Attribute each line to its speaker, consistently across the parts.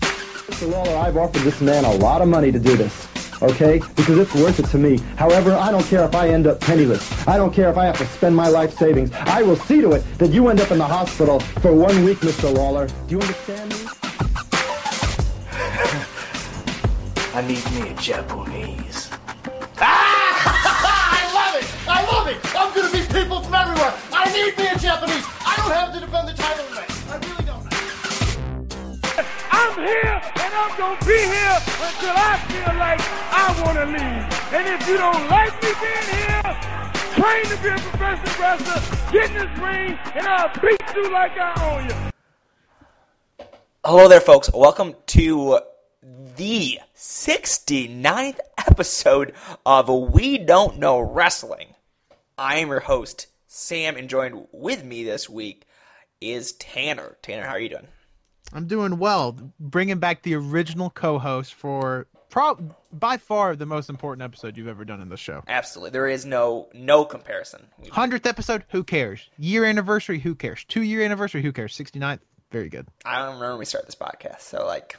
Speaker 1: Mr. Lawler, I've offered this man a lot of money to do this, okay? Because it's worth it to me. However, I don't care if I end up penniless. I don't care if I have to spend my life savings. I will see to it that you end up in the hospital for one week, Mr. Lawler. Do you understand me?
Speaker 2: I need me a Japanese.
Speaker 3: Ah! I love it! I love it! I'm gonna meet people from everywhere! I need me a Japanese! I don't have to defend the title tonight! I really don't.
Speaker 4: I'm here and I'm gonna be here until I feel like I wanna leave. And if you don't like me being here, train to be a professional wrestler, get in this ring, and I'll beat you like I own you.
Speaker 5: Hello there, folks. Welcome to the 69th episode of We Don't Know Wrestling. I am your host, Sam, and joined with me this week is Tanner. Tanner, how are you doing?
Speaker 6: I'm doing well. Bringing back the original co-host for pro- by far the most important episode you've ever done in the show.
Speaker 5: Absolutely. There is no no comparison. We-
Speaker 6: Hundredth episode, who cares? Year anniversary, who cares? Two year anniversary, who cares? 69th, very good.
Speaker 5: I don't remember when we started this podcast, so like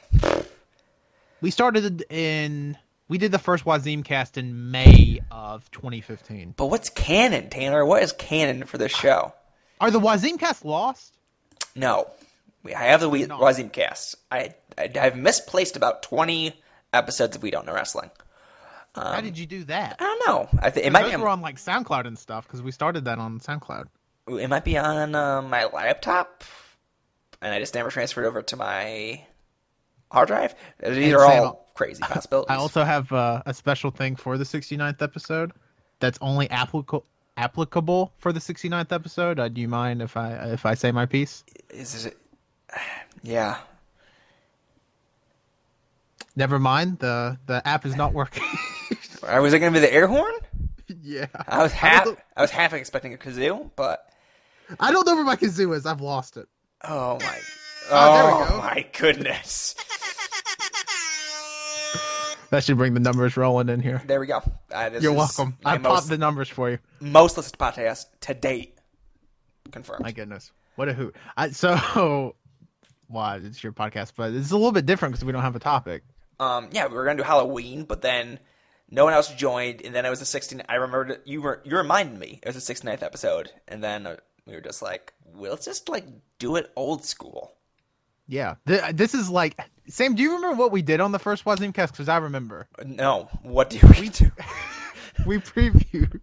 Speaker 6: We started in we did the first Wazim cast in May of 2015.
Speaker 5: But what's canon, Tanner? What is canon for this show?
Speaker 6: Are the Wazim cast lost?
Speaker 5: No, We- I have the we- Wazim cast. I, I I've misplaced about twenty episodes of We Don't Know Wrestling.
Speaker 6: How did you do that?
Speaker 5: I don't know. I th- it might
Speaker 6: Those
Speaker 5: be
Speaker 6: were
Speaker 5: on,
Speaker 6: on like SoundCloud and stuff because we started that on SoundCloud.
Speaker 5: it might be on uh, my laptop, and I just never transferred over to my hard drive. These
Speaker 6: And
Speaker 5: are
Speaker 6: Sam,
Speaker 5: all crazy possibilities.
Speaker 6: I also have uh, a special thing for the 69th episode that's only applicable applicable for the 69th episode. Uh, do you mind if I if I say my piece?
Speaker 5: is it, yeah.
Speaker 6: Never mind. The the app is not working.
Speaker 5: Uh, Was it going to be the air horn?
Speaker 6: yeah.
Speaker 5: I was
Speaker 6: I
Speaker 5: half
Speaker 6: don't,
Speaker 5: I was half expecting a kazoo, but
Speaker 6: know, I don't know where my kazoo is. I've lost it.
Speaker 5: oh my
Speaker 6: there we
Speaker 5: oh
Speaker 6: go.
Speaker 5: my goodness.
Speaker 6: That should bring the numbers rolling in here.
Speaker 5: There we go. Uh, this
Speaker 6: You're
Speaker 5: is
Speaker 6: welcome.
Speaker 5: my
Speaker 6: I
Speaker 5: most-
Speaker 6: popped the numbers for you.
Speaker 5: most listened to podcast to date. Confirmed.
Speaker 6: My goodness. What a hoot. I, so, well, it's your podcast, but it's a little bit different because we don't have a topic.
Speaker 5: um, yeah, we were gonna do Halloween, but then no one else joined, and then it was the 16th. I remembered you were you reminded me it was the 69th episode, and then uh, we were just like, well, let's just like do it old school.
Speaker 6: Yeah. Th- uh, this is like, Sam, do you remember what we did on the first Wazimcast? Because I remember.
Speaker 5: No, what do we do?
Speaker 6: we previewed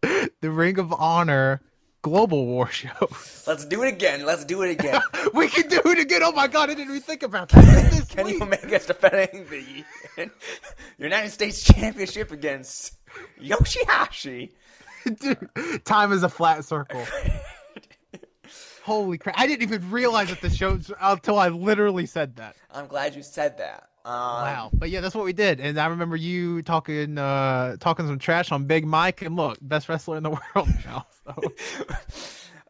Speaker 6: the Ring of Honor Global War show.
Speaker 5: let's do it again. Let's do it again.
Speaker 6: we can do it again. Oh my god, I didn't even think about that. It's this
Speaker 5: Kenny
Speaker 6: week.
Speaker 5: Omega's defending the United States Championship against Yoshihashi.
Speaker 6: Dude, time is a flat circle. Holy crap! I didn't even realize that the show's until I literally said that.
Speaker 5: I'm glad you said that. Um,
Speaker 6: Wow. But yeah, that's what we did. And I remember you talking uh talking some trash on Big Mike and look, best wrestler in the world now. So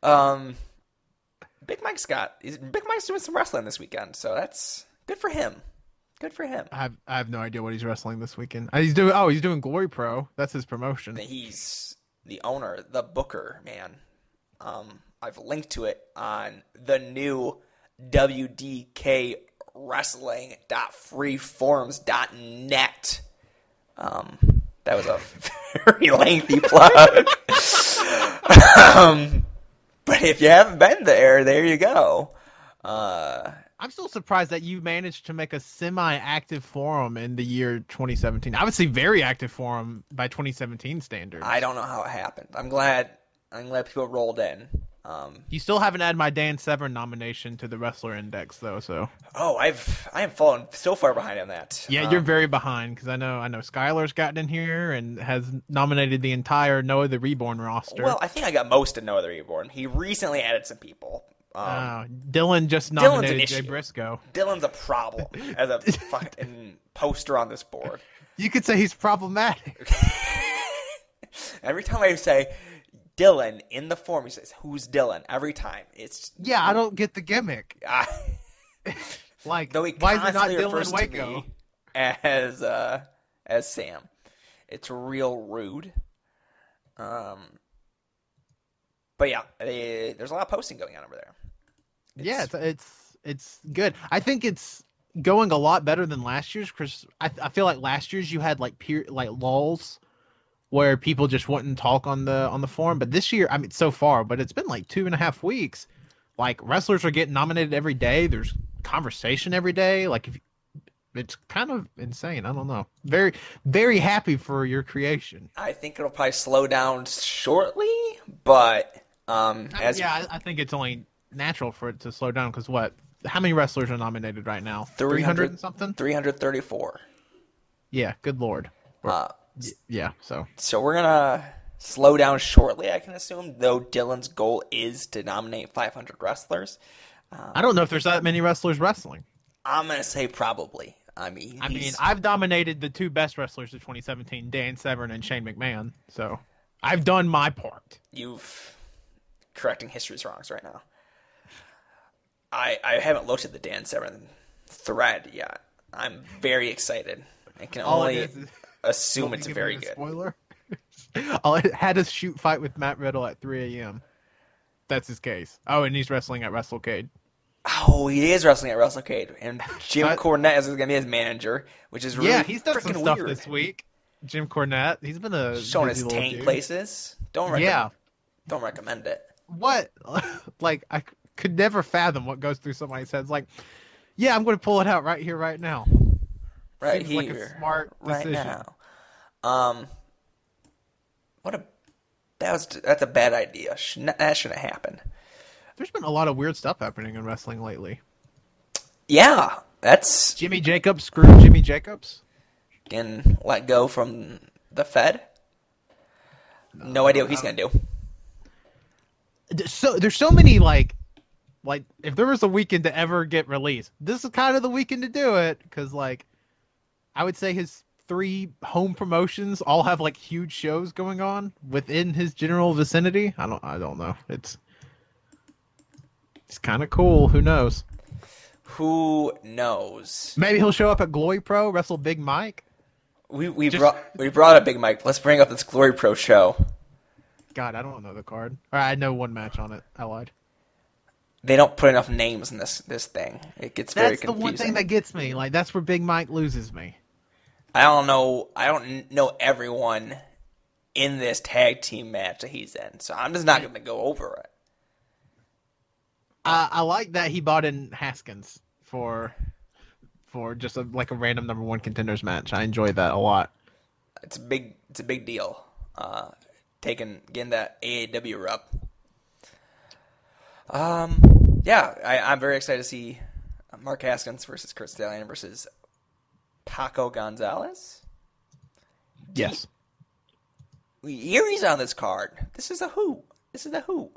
Speaker 5: Um, Big Mike's got he's- Big Mike's doing some wrestling this weekend, so that's good for him. Good for him.
Speaker 6: I have I have no idea what he's wrestling this weekend. Uh, He's doing oh, he's doing Glory Pro. That's his promotion.
Speaker 5: He's the owner, the booker, man. Um, I've linked to it on the new WDK wrestling.freeforms.net. Um, that was a very lengthy plug. um, but if you haven't been there, there you go. Uh,
Speaker 6: I'm still surprised that you managed to make a semi-active forum in the year 2017. I would say very active forum by 2017 standards.
Speaker 5: I don't know how it happened. I'm glad. I'm glad people rolled in. Um,
Speaker 6: You still haven't added my Dan Severn nomination to the Wrestler Index though, so
Speaker 5: oh, I've I am fallen so far behind on that.
Speaker 6: yeah,
Speaker 5: Um,
Speaker 6: you're very behind because I know I know Skylar's gotten in here and has nominated the entire Noah the Reborn roster.
Speaker 5: Well, I think I got most of No Other Reborn. He recently added some people. Um,
Speaker 6: Uh, Dylan just
Speaker 5: an
Speaker 6: nominated Jay
Speaker 5: issue.
Speaker 6: Briscoe.
Speaker 5: Dylan's a problem as a fucking poster on this board.
Speaker 6: You could say he's problematic.
Speaker 5: Every time I say Dylan in the form, he says, "Who's Dylan?" Every time it's
Speaker 6: yeah, I don't get the gimmick.
Speaker 5: I
Speaker 6: Like,
Speaker 5: Though he
Speaker 6: why is it not
Speaker 5: constantly refers
Speaker 6: Dylan
Speaker 5: to
Speaker 6: Waco?
Speaker 5: me as uh, as Sam. It's real rude. Um, but yeah, they, there's a lot of posting going on over there.
Speaker 6: yeah, it's, it's it's good. I think it's going a lot better than last year's because I, I feel like last year's you had like peer like lulls where people just wouldn't talk on the on the forum. But this year, I mean, so far, but it's been like two and a half weeks. Like wrestlers are getting nominated every day. There's conversation every day. Like if it's kind of insane. I don't know. Very very happy for your creation.
Speaker 5: I think it'll probably slow down shortly, but um,
Speaker 6: I mean,
Speaker 5: as
Speaker 6: Uh, yeah, I, I think it's only natural for it to slow down because what? How many wrestlers are nominated right now? 300 and something?
Speaker 5: 334.
Speaker 6: Yeah, good lord. Or-
Speaker 5: Uh,
Speaker 6: y- yeah, so.
Speaker 5: So we're gonna slow down shortly, I can assume. Though Dylan's goal is to nominate 500 wrestlers, uh,
Speaker 6: I don't know if there's that many wrestlers wrestling.
Speaker 5: I'm gonna say probably. I mean,
Speaker 6: I mean,
Speaker 5: he's-
Speaker 6: I've dominated the two best wrestlers of 2017, Dan Severn and Shane McMahon. So I've done my part.
Speaker 5: you've correcting history's wrongs right now. I I haven't looked at the Dan Severn thread yet. I'm very excited. I can
Speaker 6: All it
Speaker 5: only
Speaker 6: is is-
Speaker 5: assume it's very good.
Speaker 6: Spoiler. I had a shoot fight with Matt Riddle at 3 a.m. That's his case. Oh, and he's wrestling at WrestleCade.
Speaker 5: Oh, he is wrestling at WrestleCade, and Jim
Speaker 6: But-
Speaker 5: Cornette is going to be his manager, which is really
Speaker 6: yeah, he's done some
Speaker 5: freaking
Speaker 6: stuff
Speaker 5: weird.
Speaker 6: this week. Jim Cornette, he's been a
Speaker 5: Showing
Speaker 6: busy
Speaker 5: his
Speaker 6: little
Speaker 5: tank
Speaker 6: dude.
Speaker 5: places. Don't recommend.
Speaker 6: Yeah,
Speaker 5: Don't recommend it.
Speaker 6: what? like I c- could never fathom what goes through somebody's head. It's like, yeah, I'm going to pull it out right here, right now.
Speaker 5: Right
Speaker 6: Seems like
Speaker 5: here,
Speaker 6: a smart
Speaker 5: right
Speaker 6: decision.
Speaker 5: now. Um, what a that was that's a bad idea. Shouldn't, that shouldn't happen.
Speaker 6: There's been a lot of weird stuff happening in wrestling lately.
Speaker 5: Yeah, that's
Speaker 6: Jimmy Jacobs screwed Jimmy Jacobs.
Speaker 5: getting let go from the Fed. No idea what he's going to do.
Speaker 6: There's So there's so many like, like if there was a weekend to ever get released, this is kind of the weekend to do it because like, I would say his three home promotions all have like huge shows going on within his general vicinity. I don't I don't know. It's it's kind of cool. Who knows?
Speaker 5: Who knows?
Speaker 6: Maybe he'll show up at Glory Pro, wrestle Big Mike.
Speaker 5: We we
Speaker 6: Just-
Speaker 5: brought we brought up Big Mike. Let's bring up this Glory Pro show.
Speaker 6: God, I don't know the card. Or I know one match on it. I lied.
Speaker 5: They don't put enough names in this this thing. It gets very
Speaker 6: That's the
Speaker 5: confusing.
Speaker 6: one thing that gets me. Like that's where Big Mike loses me.
Speaker 5: I don't know. I don't n- know everyone in this tag team match that he's in, so I'm just not going to go over it.
Speaker 6: Uh, I I like that he bought in Haskins for for just a, like a random number one contenders match. I enjoy that a lot.
Speaker 5: It's a big. It's a big deal. Uh, taking getting that AAW rep. Um. Yeah, I, I'm very excited to see Mark Haskins versus Chris Stallion versus Paco Gonzalez.
Speaker 6: Yes,
Speaker 5: Erie's on this card. This is a who. This is a who.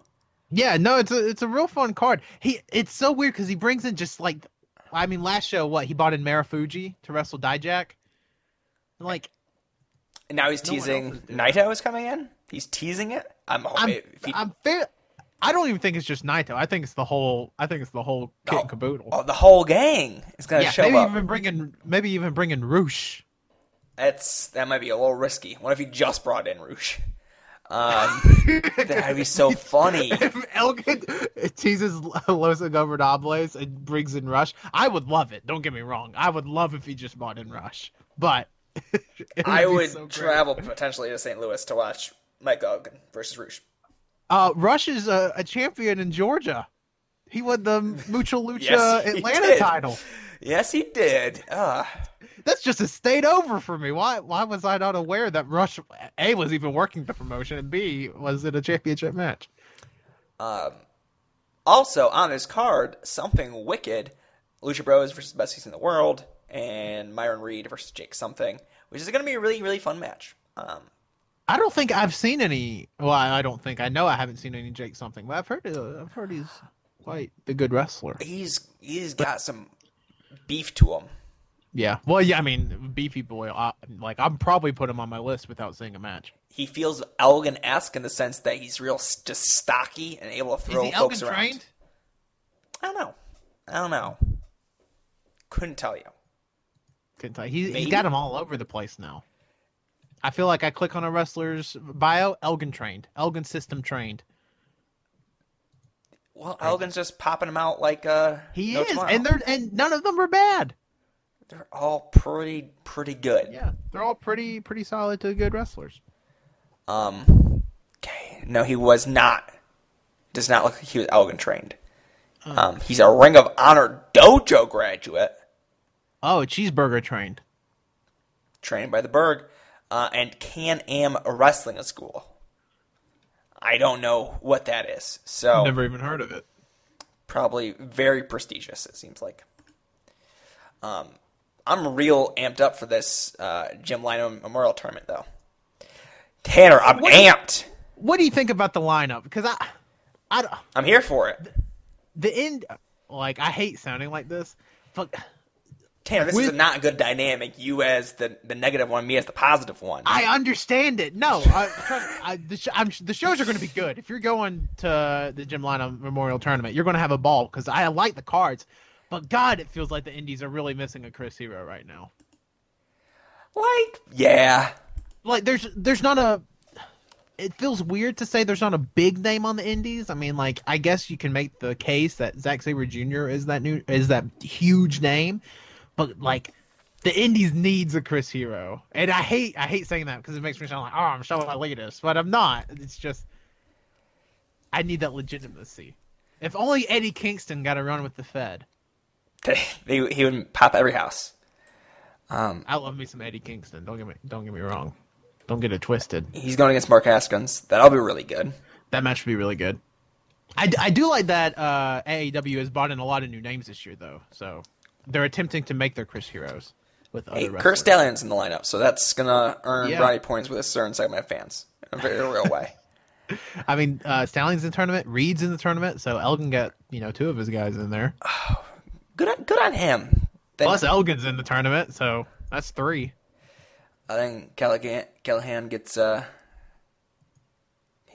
Speaker 6: yeah, no, it's a it's a real fun card. He it's so weird because he brings in just like I mean last show what he bought in Marafuji to wrestle Dijak. Like
Speaker 5: And now he's
Speaker 6: No one else
Speaker 5: teasing
Speaker 6: is doing it.
Speaker 5: Naito is coming in. He's teasing it. I'm.
Speaker 6: I'm
Speaker 5: if he-
Speaker 6: I'm fair. I don't even think it's just Naito. I think it's the whole. I think it's the whole kit
Speaker 5: Oh.
Speaker 6: and caboodle.
Speaker 5: Oh, the whole gang is gonna
Speaker 6: yeah,
Speaker 5: show
Speaker 6: maybe
Speaker 5: up.
Speaker 6: even bringing maybe even bringing Roosh.
Speaker 5: That's that might be a little risky. What if he just brought in Rouge? Um, that'd be so funny.
Speaker 6: if Elgin teases Los Ingobernables and brings in Rush, I would love it. Don't get me wrong. I would love if he just bought in Rush. But it would
Speaker 5: I
Speaker 6: be
Speaker 5: would
Speaker 6: so great.
Speaker 5: travel potentially to St. Louis to watch Mike Elgin versus Rouge.
Speaker 6: Uh, Rush is a, a champion in Georgia. He won the Mutual Lucha
Speaker 5: Yes, he
Speaker 6: Atlanta
Speaker 5: did.
Speaker 6: title.
Speaker 5: Yes, he did. Uh,
Speaker 6: That's just a state over for me. Why? Why was I not aware that Rush A was even working the promotion and B was in a championship match?
Speaker 5: also on his card, something wicked: Lucha Bros versus Best Seats in the World, and Myron Reed versus Jake Something, which is going to be a really, really fun match. Um,
Speaker 6: I don't think I've seen any. Well, I I don't think I know. I haven't seen any Jake something, but I've heard. Uh, I've heard he's quite the good wrestler.
Speaker 5: he's he's got some beef to him.
Speaker 6: Yeah. Well, yeah. I mean, Beefy Boy. I, like, I'm probably put him on my list without seeing a match.
Speaker 5: he feels Elgin-esque in the sense that he's real s- just stocky and able to throw folks around. I don't know. I don't know. Couldn't tell you.
Speaker 6: Couldn't tell. He, he's
Speaker 5: Maybe.
Speaker 6: got him all over the place now. I feel like I click on a wrestler's bio. Elgin trained. Elgin system trained.
Speaker 5: Well, Elgin's just popping him out like uh.
Speaker 6: He
Speaker 5: no
Speaker 6: is,
Speaker 5: tomorrow.
Speaker 6: and they're and none of them are bad.
Speaker 5: They're all pretty pretty good.
Speaker 6: Yeah, they're all pretty pretty solid to good wrestlers.
Speaker 5: Um, okay. No, he was not. Does not look like he was Elgin trained. Um, he's a Ring of Honor dojo graduate,
Speaker 6: Oh, cheeseburger trained.
Speaker 5: trained by the Berg, uh, and Can Am Wrestling School. I don't know what that is. So
Speaker 6: Never even heard of it.
Speaker 5: probably very prestigious. It seems like. Um, I'm real amped up for this uh, Jim Lino Memorial Tournament, though. Tanner, I'm amped.
Speaker 6: What do you think about the lineup? Because I, I don't-
Speaker 5: I'm here for it.
Speaker 6: the end. Like I hate sounding like this, but
Speaker 5: Tanner, this is
Speaker 6: With-
Speaker 5: not a good dynamic. You as the, the negative one, me as the positive one.
Speaker 6: I understand it. No, I, I, the, sh- I'm, the shows are going to be good. If you're going to the Jim Lino Memorial Tournament, you're going to have a ball because I like the cards. But God, it feels like the Indies are really missing a Chris Hero right now.
Speaker 5: like, yeah.
Speaker 6: Like there's there's not a. It feels weird to say there's not a big name on the Indies. I mean, like I guess you can make the case that Zack Saber Jr. is that new is that huge name, but like. The Indies needs a Chris Hero, and I hate I hate saying that because it makes me sound like oh I'm showing my latest, but I'm not. It's just I need that legitimacy. If only Eddie Kingston got a run with the Fed.
Speaker 5: They, he would pop every house.
Speaker 6: I love me some Eddie Kingston. Don't get me don't get me wrong. Don't get it twisted.
Speaker 5: He's going against Mark Haskins. That'll be really good.
Speaker 6: That match would be really good. I, d- I do like that uh, AEW has brought in a lot of new names this year, though. So they're attempting to make their Chris heroes with other
Speaker 5: Hey,
Speaker 6: wrestlers.
Speaker 5: Kurt Stallion's in the lineup, so that's going to earn
Speaker 6: Yeah.
Speaker 5: Ronnie points with a certain segment of fans in a very real way.
Speaker 6: I mean, uh, Stallion's in the tournament, Reed's in the tournament, so Elgin got you know two of his guys in there.
Speaker 5: Good on, good on him. Then,
Speaker 6: Plus Elgin's in the tournament, so that's three.
Speaker 5: I think Callahan, Callahan gets uh,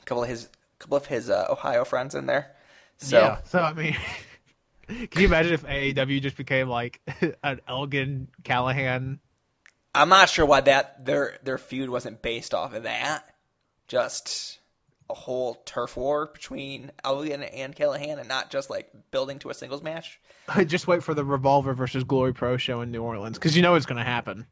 Speaker 5: a couple of his couple of his uh, Ohio friends in there. So
Speaker 6: yeah. So I mean, can you imagine if AEW just became like an Elgin Callahan?
Speaker 5: I'm not sure why that their their feud wasn't based off of that. Just a whole turf war between Elgin and Callahan, and not just like building to a singles match.
Speaker 6: just wait for the Revolver versus Glory Pro show in New Orleans because you know it's going to happen.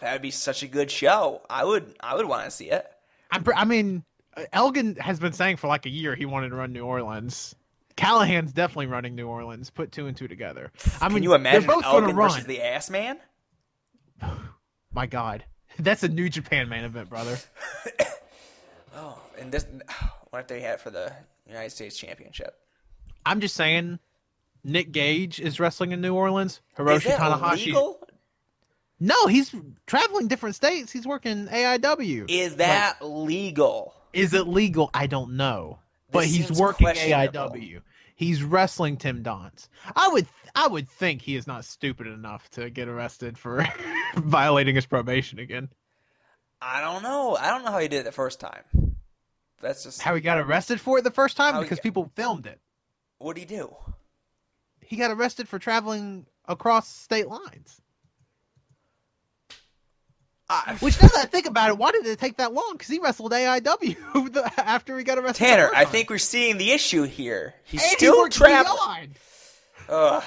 Speaker 5: That would be such a good show. I would I would want to see it.
Speaker 6: I'm, pr- I mean, uh, Elgin has been saying for like a year he wanted to run New Orleans. Callahan's definitely running New Orleans. Put two and two together. I mean,
Speaker 5: Can you imagine
Speaker 6: they're both going to
Speaker 5: Elgin
Speaker 6: run.
Speaker 5: versus the Ass Man?
Speaker 6: My God, that's a New Japan main event, brother.
Speaker 5: And this, what if they had it for the United States Championship?
Speaker 6: I'm just saying, Nick Gage is wrestling in New Orleans.
Speaker 5: Is
Speaker 6: Hiroshi
Speaker 5: that
Speaker 6: Tanahashi.
Speaker 5: legal?
Speaker 6: No, he's traveling different states. He's working AIW.
Speaker 5: Is that legal?
Speaker 6: Is it legal? I don't know. But
Speaker 5: This
Speaker 6: he's
Speaker 5: seems
Speaker 6: working
Speaker 5: questionable.
Speaker 6: AIW. He's wrestling Tim Donz. I would I would think he is not stupid enough to get arrested for violating his probation again.
Speaker 5: I don't know. I don't know how he did it the first time. That's just
Speaker 6: How he got arrested for it the first time
Speaker 5: How he
Speaker 6: because
Speaker 5: got-
Speaker 6: people filmed it.
Speaker 5: what do you do?
Speaker 6: He got arrested for traveling across state lines.
Speaker 5: I,
Speaker 6: Which now that I think about it, why did it take that long? Because he wrestled AIW the- after he got arrested. the
Speaker 5: Tanner,
Speaker 6: first
Speaker 5: I
Speaker 6: time.
Speaker 5: think we're seeing the issue here. He's
Speaker 6: And he
Speaker 5: still
Speaker 6: worked
Speaker 5: traveling.
Speaker 6: beyond.
Speaker 5: Ugh,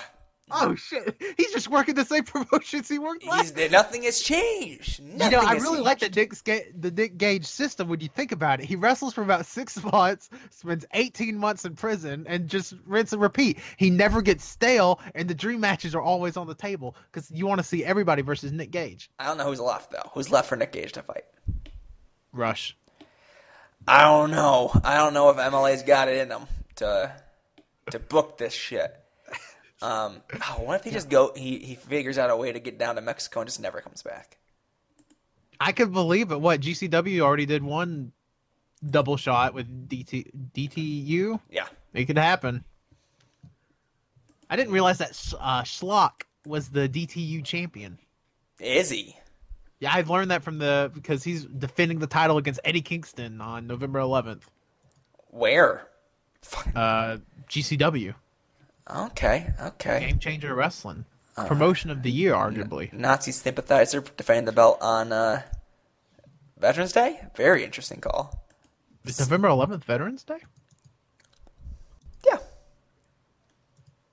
Speaker 6: Oh shit! He's just working the same promotions he worked last
Speaker 5: he's, nothing has changed.
Speaker 6: You
Speaker 5: Nothing
Speaker 6: know, I
Speaker 5: has
Speaker 6: really
Speaker 5: changed.
Speaker 6: like the Dick Ga- the Dick Gage system when you think about it. He wrestles for about six months, spends eighteen months in prison, and just rinse and repeat. He never gets stale, and the dream matches are always on the table because you want to see everybody versus Nick Gage.
Speaker 5: I don't know who's left though. Who's left for Nick Gage to fight?
Speaker 6: Rush.
Speaker 5: I don't know. I don't know if MLA's got it in them to to book this shit. Um, oh, what if he just go? He he figures out a way to get down to Mexico and just never comes back.
Speaker 6: I could believe it. What GCW already did one double shot with DT DTU.
Speaker 5: Yeah,
Speaker 6: It could happen. I didn't realize that uh, Schlock was the DTU champion.
Speaker 5: is he?
Speaker 6: Yeah, I've learned that from the because he's defending the title against Eddie Kingston on November 11th.
Speaker 5: Where?
Speaker 6: Uh, GCW
Speaker 5: Okay, okay.
Speaker 6: Game Changer Wrestling promotion of the year, arguably.
Speaker 5: Nazi sympathizer defending the belt on uh, Veterans Day. Very interesting call.
Speaker 6: It's November 11th Veterans Day.
Speaker 5: Yeah.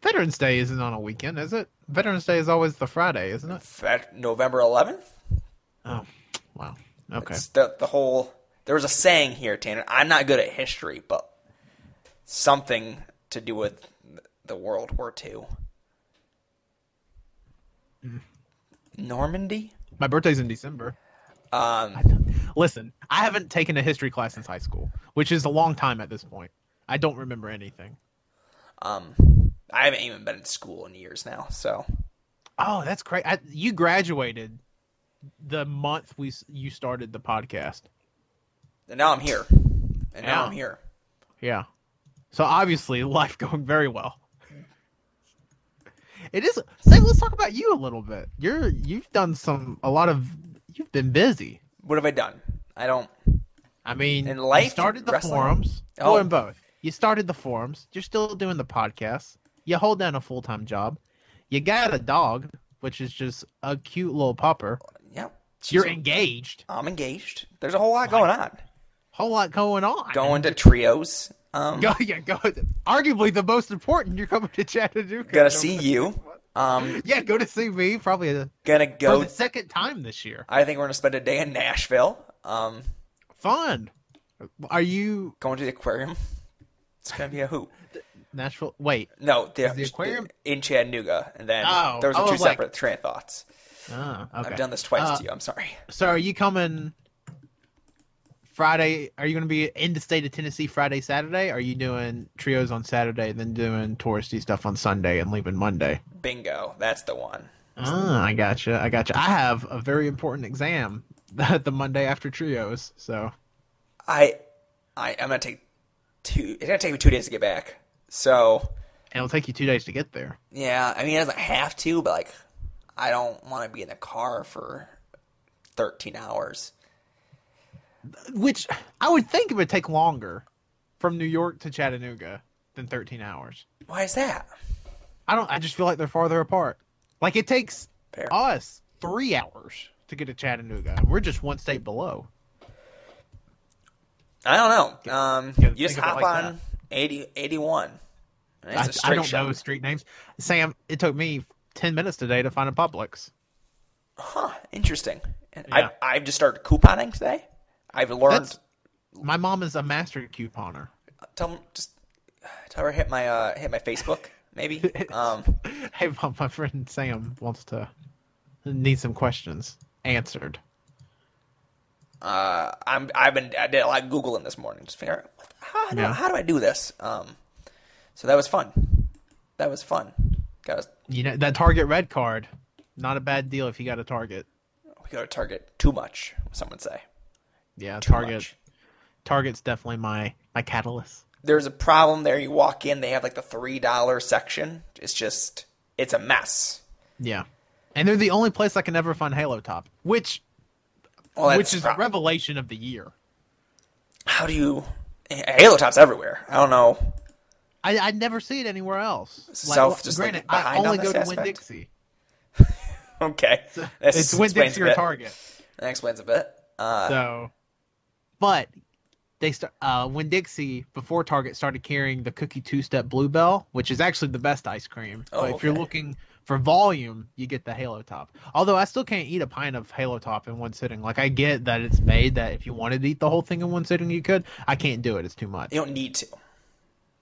Speaker 6: Veterans Day isn't on a weekend, is it? Veterans Day is always the Friday, isn't it?
Speaker 5: Fe- November 11th?
Speaker 6: Oh, wow. Okay.
Speaker 5: It's the, the whole. There was a saying here, Tanner. I'm not good at history, but something to do with the World War II.
Speaker 6: Mm-hmm.
Speaker 5: Normandy?
Speaker 6: My birthday's in December.
Speaker 5: Um,
Speaker 6: Listen, I haven't taken a history class since high school, which is a long time at this point. I don't remember anything.
Speaker 5: um, I haven't even been in school in years now, so.
Speaker 6: Oh, that's great. I, you graduated the month we s- you started the podcast.
Speaker 5: And now I'm here. And now
Speaker 6: Yeah.
Speaker 5: I'm here.
Speaker 6: Yeah. So obviously, life going very well. It is. Sam, let's talk about you a little bit. You're you've done some a lot of you've been busy.
Speaker 5: What have I done? I don't.
Speaker 6: I mean,
Speaker 5: In
Speaker 6: you
Speaker 5: life,
Speaker 6: started the
Speaker 5: wrestling?
Speaker 6: forums.
Speaker 5: Oh.
Speaker 6: Oh, in both. You started the forums. You're still doing the podcast. You hold down a full time job. You got a dog, which is just a cute little pupper.
Speaker 5: Yeah. she's-
Speaker 6: You're engaged.
Speaker 5: I'm engaged. There's a whole lot going on.
Speaker 6: Whole lot going on.
Speaker 5: Going to trios. Um,
Speaker 6: Go, yeah, go. Arguably the most important. You're coming to Chattanooga.
Speaker 5: gonna see you. Um,
Speaker 6: Yeah, go to see me. Probably a,
Speaker 5: gonna
Speaker 6: for
Speaker 5: go.
Speaker 6: the second time this year.
Speaker 5: I think we're gonna spend a day in Nashville. Um,
Speaker 6: Fun. Are you
Speaker 5: going to the aquarium. It's gonna be a hoot.
Speaker 6: Nashville? Wait.
Speaker 5: No, the,
Speaker 6: the aquarium-
Speaker 5: in Chattanooga, and then
Speaker 6: Oh,
Speaker 5: those
Speaker 6: I
Speaker 5: are two
Speaker 6: was like-
Speaker 5: separate train of thoughts.
Speaker 6: Ah, okay.
Speaker 5: I've done this twice
Speaker 6: Uh,
Speaker 5: to you. I'm sorry.
Speaker 6: So are you coming Friday? Are you going to be in the state of Tennessee Friday, Saturday? Are you doing trios on Saturday, then doing touristy stuff on Sunday and leaving Monday?
Speaker 5: Bingo. That's the one.
Speaker 6: Ah, I gotcha. I gotcha. I have a very important exam the Monday after trios. So
Speaker 5: I, I, I'm gonna take two. It's gonna take me two days to get back. So
Speaker 6: and it'll take you two days to get there.
Speaker 5: yeah, I mean, it doesn't have to, but like, I don't want to be in the car for 13 hours.
Speaker 6: Which I would think it would take longer from New York to Chattanooga than 13 hours.
Speaker 5: Why is that?
Speaker 6: I don't. I just feel like they're farther apart. Like it takes
Speaker 5: Fair.
Speaker 6: us three hours to get to Chattanooga. and We're just one state below.
Speaker 5: I don't know. Um,
Speaker 6: gotta
Speaker 5: you just
Speaker 6: think of
Speaker 5: hop
Speaker 6: it like
Speaker 5: on 80, 81. And It's a
Speaker 6: I, I
Speaker 5: straight
Speaker 6: don't
Speaker 5: shot.
Speaker 6: know street names. Sam, it took me ten minutes today to find a Publix.
Speaker 5: Huh, interesting. And
Speaker 6: Yeah.
Speaker 5: I, I've just started couponing today. I've learned.
Speaker 6: That's- My mom is a master couponer.
Speaker 5: Tell 'em- just tell her hit my uh, hit my Facebook maybe. um,
Speaker 6: Hey, mom, my friend Sam wants to need some questions answered.
Speaker 5: uh, I'm I've been I did a lot of googling this morning. Just figure out what the- how do,
Speaker 6: Yeah.
Speaker 5: how do I do this. Um, so that was fun. That was fun. Got us-
Speaker 6: You know that Target red card, not a bad deal if you got a Target.
Speaker 5: we go to Target too much. Some would say
Speaker 6: Yeah,
Speaker 5: Too
Speaker 6: Target.
Speaker 5: much.
Speaker 6: Target's definitely my my catalyst.
Speaker 5: there's a problem there. You walk in, they have like the three dollar section. It's just it's a mess.
Speaker 6: Yeah. And they're the only place I can ever find Halo Top, which
Speaker 5: Well, that's
Speaker 6: which is
Speaker 5: the
Speaker 6: the
Speaker 5: problem.
Speaker 6: revelation of the year.
Speaker 5: how do you Halo Top's everywhere. I don't know.
Speaker 6: I, I never see it anywhere else.
Speaker 5: South, just, like,
Speaker 6: granted, I
Speaker 5: behind on
Speaker 6: only
Speaker 5: this
Speaker 6: go to
Speaker 5: aspect?
Speaker 6: Winn Dixie.
Speaker 5: Okay, That
Speaker 6: It's Winn
Speaker 5: explains
Speaker 6: Dixie
Speaker 5: a
Speaker 6: or
Speaker 5: bit.
Speaker 6: Target.
Speaker 5: That explains a bit. Uh,
Speaker 6: So, but they start uh, Winn Dixie before Target started carrying the cookie two step bluebell, which is actually the best ice cream.
Speaker 5: Oh,
Speaker 6: but if you're
Speaker 5: okay.
Speaker 6: looking for volume, you get the Halo Top. Although I still can't eat a pint of Halo Top in one sitting. Like I get that it's made that if you wanted to eat the whole thing in one sitting, you could. I can't do it. It's too much.
Speaker 5: you don't need to.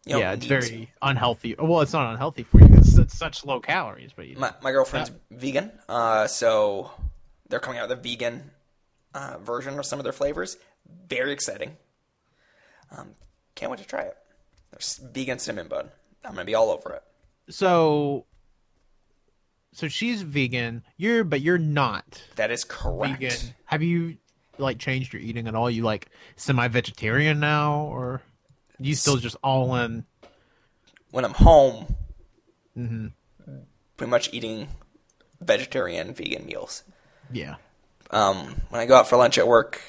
Speaker 5: You don't
Speaker 6: yeah, it's
Speaker 5: need
Speaker 6: very unhealthy. Well, it's not unhealthy for you. It's, it's such low calories, but you,
Speaker 5: to. My, my girlfriend's vegan, uh, so they're coming out with a vegan uh, version of some of their flavors. Very exciting. Um, can't wait to try it. There's vegan cinnamon bun. I'm gonna be all over it.
Speaker 6: so so she's vegan. You're but you're not
Speaker 5: That is correct.
Speaker 6: vegan. Have you like changed your eating at all? You like semi vegetarian now, or you still just all in?
Speaker 5: When I'm home,
Speaker 6: Mm-hmm.
Speaker 5: pretty much eating vegetarian vegan meals.
Speaker 6: Yeah,
Speaker 5: Um, when I go out for lunch at work,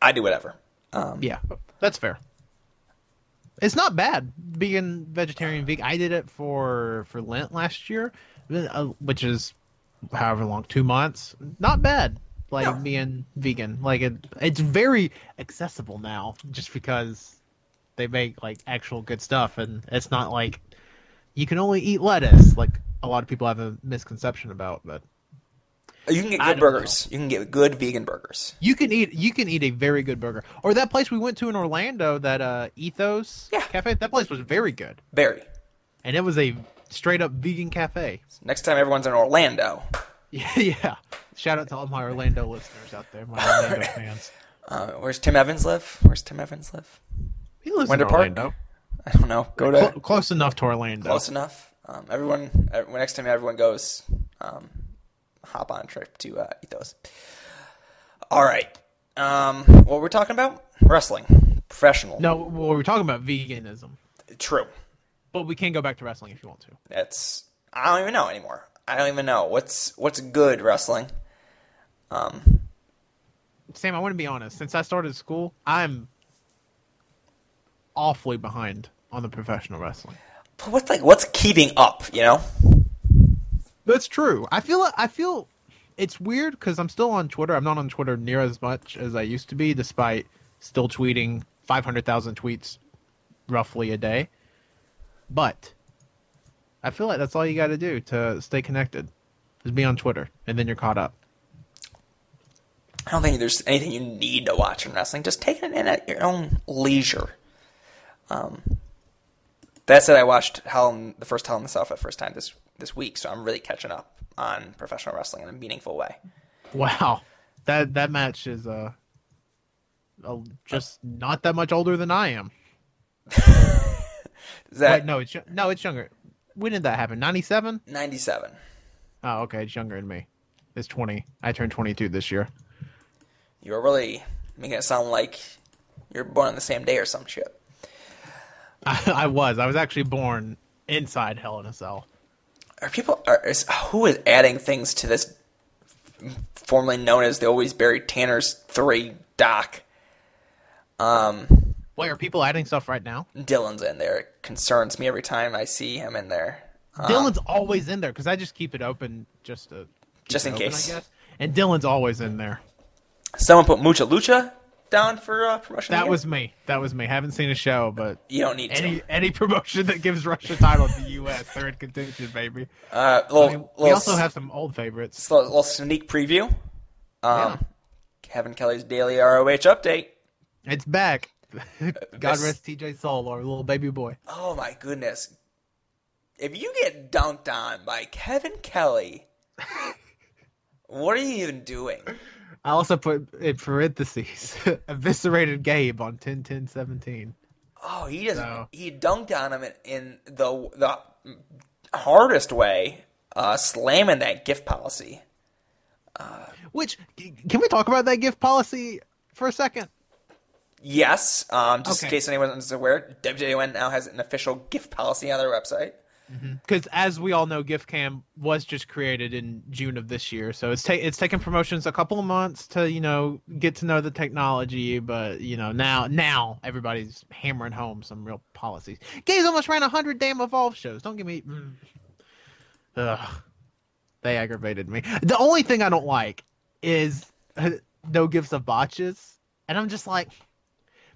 Speaker 5: I do whatever.
Speaker 6: yeah, that's fair. It's not bad being vegetarian vegan. I did it for for Lent last year, uh, which is however long, two months. Not bad. Like
Speaker 5: No.
Speaker 6: being vegan, like it, it's very accessible now, just because they make like actual good stuff, and it's not like you can only eat lettuce, like a lot of people have a misconception about. But
Speaker 5: You can get
Speaker 6: I
Speaker 5: good
Speaker 6: don't
Speaker 5: burgers. You can get good vegan burgers.
Speaker 6: you can eat you can eat a very good burger. Or that place we went to in Orlando, that uh, Ethos
Speaker 5: Yeah.
Speaker 6: Cafe. That place was very good,
Speaker 5: Very.
Speaker 6: and it was a straight up vegan cafe.
Speaker 5: Next time everyone's in Orlando,
Speaker 6: Yeah, yeah. Shout out to all my Orlando listeners out there, my Orlando fans.
Speaker 5: uh, where's Tim Evans live? Where's Tim Evans live?
Speaker 6: He lives
Speaker 5: Winter
Speaker 6: in
Speaker 5: Park?
Speaker 6: Orlando.
Speaker 5: I don't know. Go to
Speaker 6: Cl- close enough to Orlando.
Speaker 5: close enough. Um, everyone, ev- next time everyone goes, um, hop on a trip to uh, Ethos. All right. Um, what we're talking about? Wrestling, professional.
Speaker 6: No, well, we're talking about veganism,
Speaker 5: True.
Speaker 6: but we can go back to wrestling if you want to.
Speaker 5: That's I don't even know anymore. I don't even know what's what's good wrestling.
Speaker 6: Sam, I want to be honest. Since I started school, I'm awfully behind on the professional wrestling.
Speaker 5: But what's like what's keeping up? You know.
Speaker 6: That's true. I feel I feel it's weird because I'm still on Twitter. I'm not on Twitter near as much as I used to be, despite still tweeting 500,000 tweets roughly a day. But I feel like that's all you got to do to stay connected is be on Twitter, and then you're caught up.
Speaker 5: I don't think there's anything you need to watch in wrestling. Just take it in at your own leisure. Um, that said, I watched Hell in, the first Hell in the Cell for the first time this this week, so I'm really catching up on professional wrestling in a meaningful way.
Speaker 6: Wow, that that match is uh, uh just not that much older than I am.
Speaker 5: Is that
Speaker 6: Wait, no, it's yo- no, it's younger. When did that happen? Ninety seven.
Speaker 5: 97?
Speaker 6: Oh, okay, it's younger than me. It's twenty. I turned twenty two this year.
Speaker 5: You're really making it sound like you're born on the same day or some shit.
Speaker 6: I was. I was actually born inside Hell in a Cell.
Speaker 5: Are people are is, who is adding things to this formerly known as the Always Buried Tanner's Three doc?
Speaker 6: Wait, are people adding stuff right now?
Speaker 5: Dylan's in there. It concerns me every time I see him in there.
Speaker 6: Dylan's always in there because I just keep it open just to keep
Speaker 5: Just
Speaker 6: it
Speaker 5: in
Speaker 6: open,
Speaker 5: case.
Speaker 6: I guess. And Dylan's always in there.
Speaker 5: Someone put Mucha Lucha down for uh, promotion. of the
Speaker 6: That
Speaker 5: year?
Speaker 6: was me. That was me. Haven't seen a show, but
Speaker 5: you don't need
Speaker 6: any
Speaker 5: to.
Speaker 6: any promotion that gives Russia title to the U.S. they're in contention, baby.
Speaker 5: Uh, little,
Speaker 6: I mean, we
Speaker 5: little,
Speaker 6: also have some old favorites.
Speaker 5: s- little, little sneak preview. Um, Kevin Kelly's daily ROH update.
Speaker 6: It's back. God
Speaker 5: Yes.
Speaker 6: rest T.J. Soul, our little baby boy.
Speaker 5: Oh my goodness! If you get dunked on by Kevin Kelly, what are you even doing?
Speaker 6: I also put in parentheses eviscerated Gabe on ten ten seventeen.
Speaker 5: Oh, he doesn't.
Speaker 6: No.
Speaker 5: He dunked on him in, in the the hardest way, uh, slamming that gift policy.
Speaker 6: Which c- can we talk about that gift policy for a second?
Speaker 5: Yes, um, just in
Speaker 6: Okay.
Speaker 5: case anyone is aware, WJON now has an official gift policy on their website.
Speaker 6: Because as we all know, GIFCAM was just created in June of this year, so it's ta- it's taken promotions a couple of months to you know get to know the technology, but you know now now everybody's hammering home some real policies. Gabe's almost ran hundred damn evolve shows. Don't give me. mm. Ugh, they aggravated me. The only thing I don't like is uh, no gifts of botches, and I'm just like.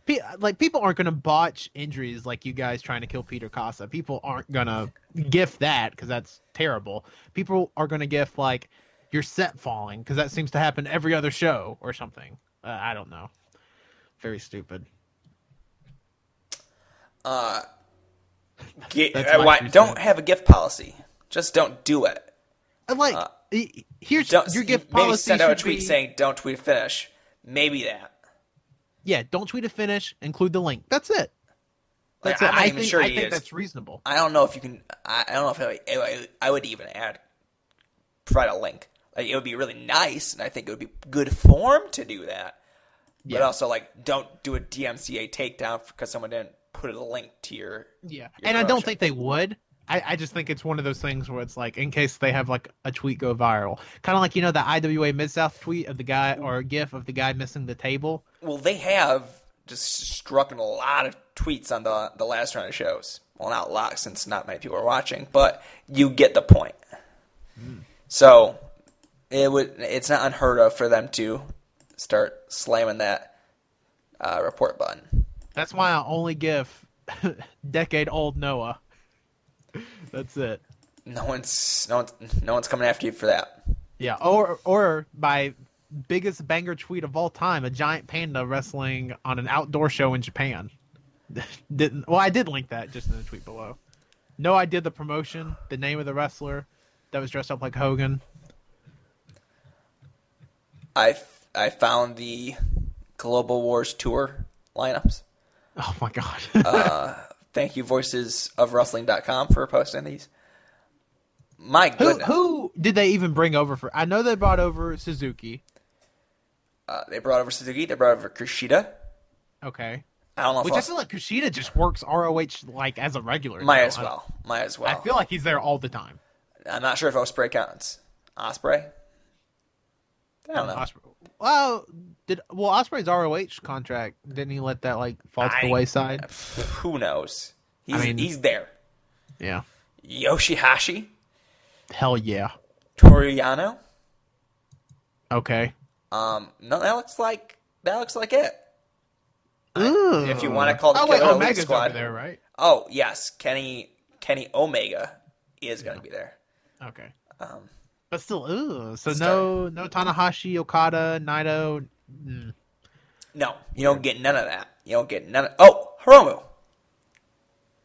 Speaker 6: Pe- like people aren't gonna botch injuries like you guys trying to kill Peter Casa. People aren't gonna gif that because that's terrible. People are gonna gif like your set falling because that seems to happen every other show or something. Uh, I don't know. Very stupid.
Speaker 5: Gi-
Speaker 6: That's
Speaker 5: uh,
Speaker 6: my
Speaker 5: why,
Speaker 6: two cents.
Speaker 5: don't have a gift policy. Just don't do it.
Speaker 6: And like y- y- here's
Speaker 5: Uh, Don't
Speaker 6: your gift
Speaker 5: maybe
Speaker 6: policy.
Speaker 5: send out a
Speaker 6: should
Speaker 5: tweet
Speaker 6: be-
Speaker 5: saying "Don't tweet finish." Maybe that.
Speaker 6: yeah, don't tweet a finish. Include the link. That's it.
Speaker 5: Like,
Speaker 6: That's
Speaker 5: I'm
Speaker 6: it.
Speaker 5: not
Speaker 6: I
Speaker 5: even
Speaker 6: think,
Speaker 5: sure
Speaker 6: I
Speaker 5: he
Speaker 6: think
Speaker 5: is.
Speaker 6: that's reasonable.
Speaker 5: I don't know if you can. I, I don't know if I, would- I, would- I would even add provide a link. Like it would be really nice, and I think it would be good form to do that. But
Speaker 6: Yeah.
Speaker 5: also, like, don't do a DMCA takedown because someone didn't put a link to your.
Speaker 6: Yeah,
Speaker 5: your
Speaker 6: and I don't
Speaker 5: promotion.
Speaker 6: think they would. I, I just think it's one of those things where it's like, in case they have like a tweet go viral, kind of like you know the IWA Mid South tweet of the guy or GIF of the guy missing the table.
Speaker 5: Well, they have just struck in a lot of tweets on the the last round of shows. Well, not a lot since not many people are watching, but you get the point.
Speaker 6: Hmm.
Speaker 5: So it would it's not unheard of for them to start slamming that uh, report button.
Speaker 6: That's why I only GIF decade old Noah. That's it.
Speaker 5: No one's no one's no one's coming after you for that.
Speaker 6: Yeah. Or or my biggest banger tweet of all time: a giant panda wrestling on an outdoor show in Japan. Didn't. Well, I did link that just in the tweet below. No idea the promotion, the name of the wrestler that was dressed up like Hogan.
Speaker 5: I I found the Global Wars tour lineups.
Speaker 6: Oh my god.
Speaker 5: Uh, Thank you, Voices of Wrestling.com, for posting these. My
Speaker 6: who
Speaker 5: goodness,
Speaker 6: who did they even bring over for? I know they brought over Suzuki.
Speaker 5: Uh, they brought over Suzuki. They brought over Kushida.
Speaker 6: Okay.
Speaker 5: I don't know.
Speaker 6: Which
Speaker 5: if
Speaker 6: I feel like Kushida just works ROH like as a regular.
Speaker 5: might
Speaker 6: now.
Speaker 5: as well. Might as
Speaker 6: I,
Speaker 5: well.
Speaker 6: I feel like he's there all the time.
Speaker 5: I'm not sure if Osprey counts. Osprey. I don't know.
Speaker 6: Osprey. Well, did well Osprey's ROH contract didn't he let that like fall to
Speaker 5: I-
Speaker 6: the wayside?
Speaker 5: Who knows? He's
Speaker 6: mean-
Speaker 5: he's there.
Speaker 6: Yeah.
Speaker 5: Yoshihashi,
Speaker 6: Hell yeah.
Speaker 5: Toriyano.
Speaker 6: Okay.
Speaker 5: Um, no, that looks like that looks like it.
Speaker 6: Ooh.
Speaker 5: If you want to call the
Speaker 6: Oh wait,
Speaker 5: Killer Elite
Speaker 6: Omega's
Speaker 5: Squad,
Speaker 6: over there, right?
Speaker 5: oh yes, Kenny Kenny Omega is going to be there.
Speaker 6: Okay. Um, but still, ooh. So no,
Speaker 5: Starting.
Speaker 6: no Tanahashi, Okada, Naito.
Speaker 5: No, you don't get none of that. You don't get none. Of, oh, Hiromu.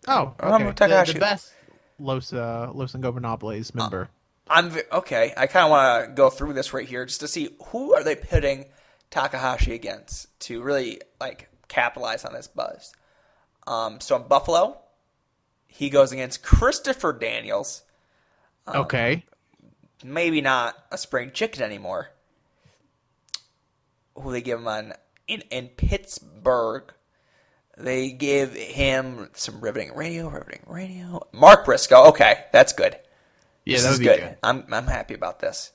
Speaker 6: Oh,
Speaker 5: Hiromu
Speaker 6: okay. The- The,
Speaker 5: Takahashi.
Speaker 6: best Los uh, Los Ingobernables member.
Speaker 5: I'm v- okay. I kind of want to go through this right here just to see who are they pitting Takahashi against to really like capitalize on this buzz. Um, so in Buffalo, he goes against Christopher Daniels. uh,
Speaker 6: okay.
Speaker 5: Maybe not a spring chicken anymore. Who they give him on in in Pittsburgh? They give him some riveting radio, riveting radio. Mark Briscoe. Okay, that's good.
Speaker 6: Yeah,
Speaker 5: this
Speaker 6: that
Speaker 5: is
Speaker 6: would be
Speaker 5: good.
Speaker 6: good.
Speaker 5: I'm I'm happy about this.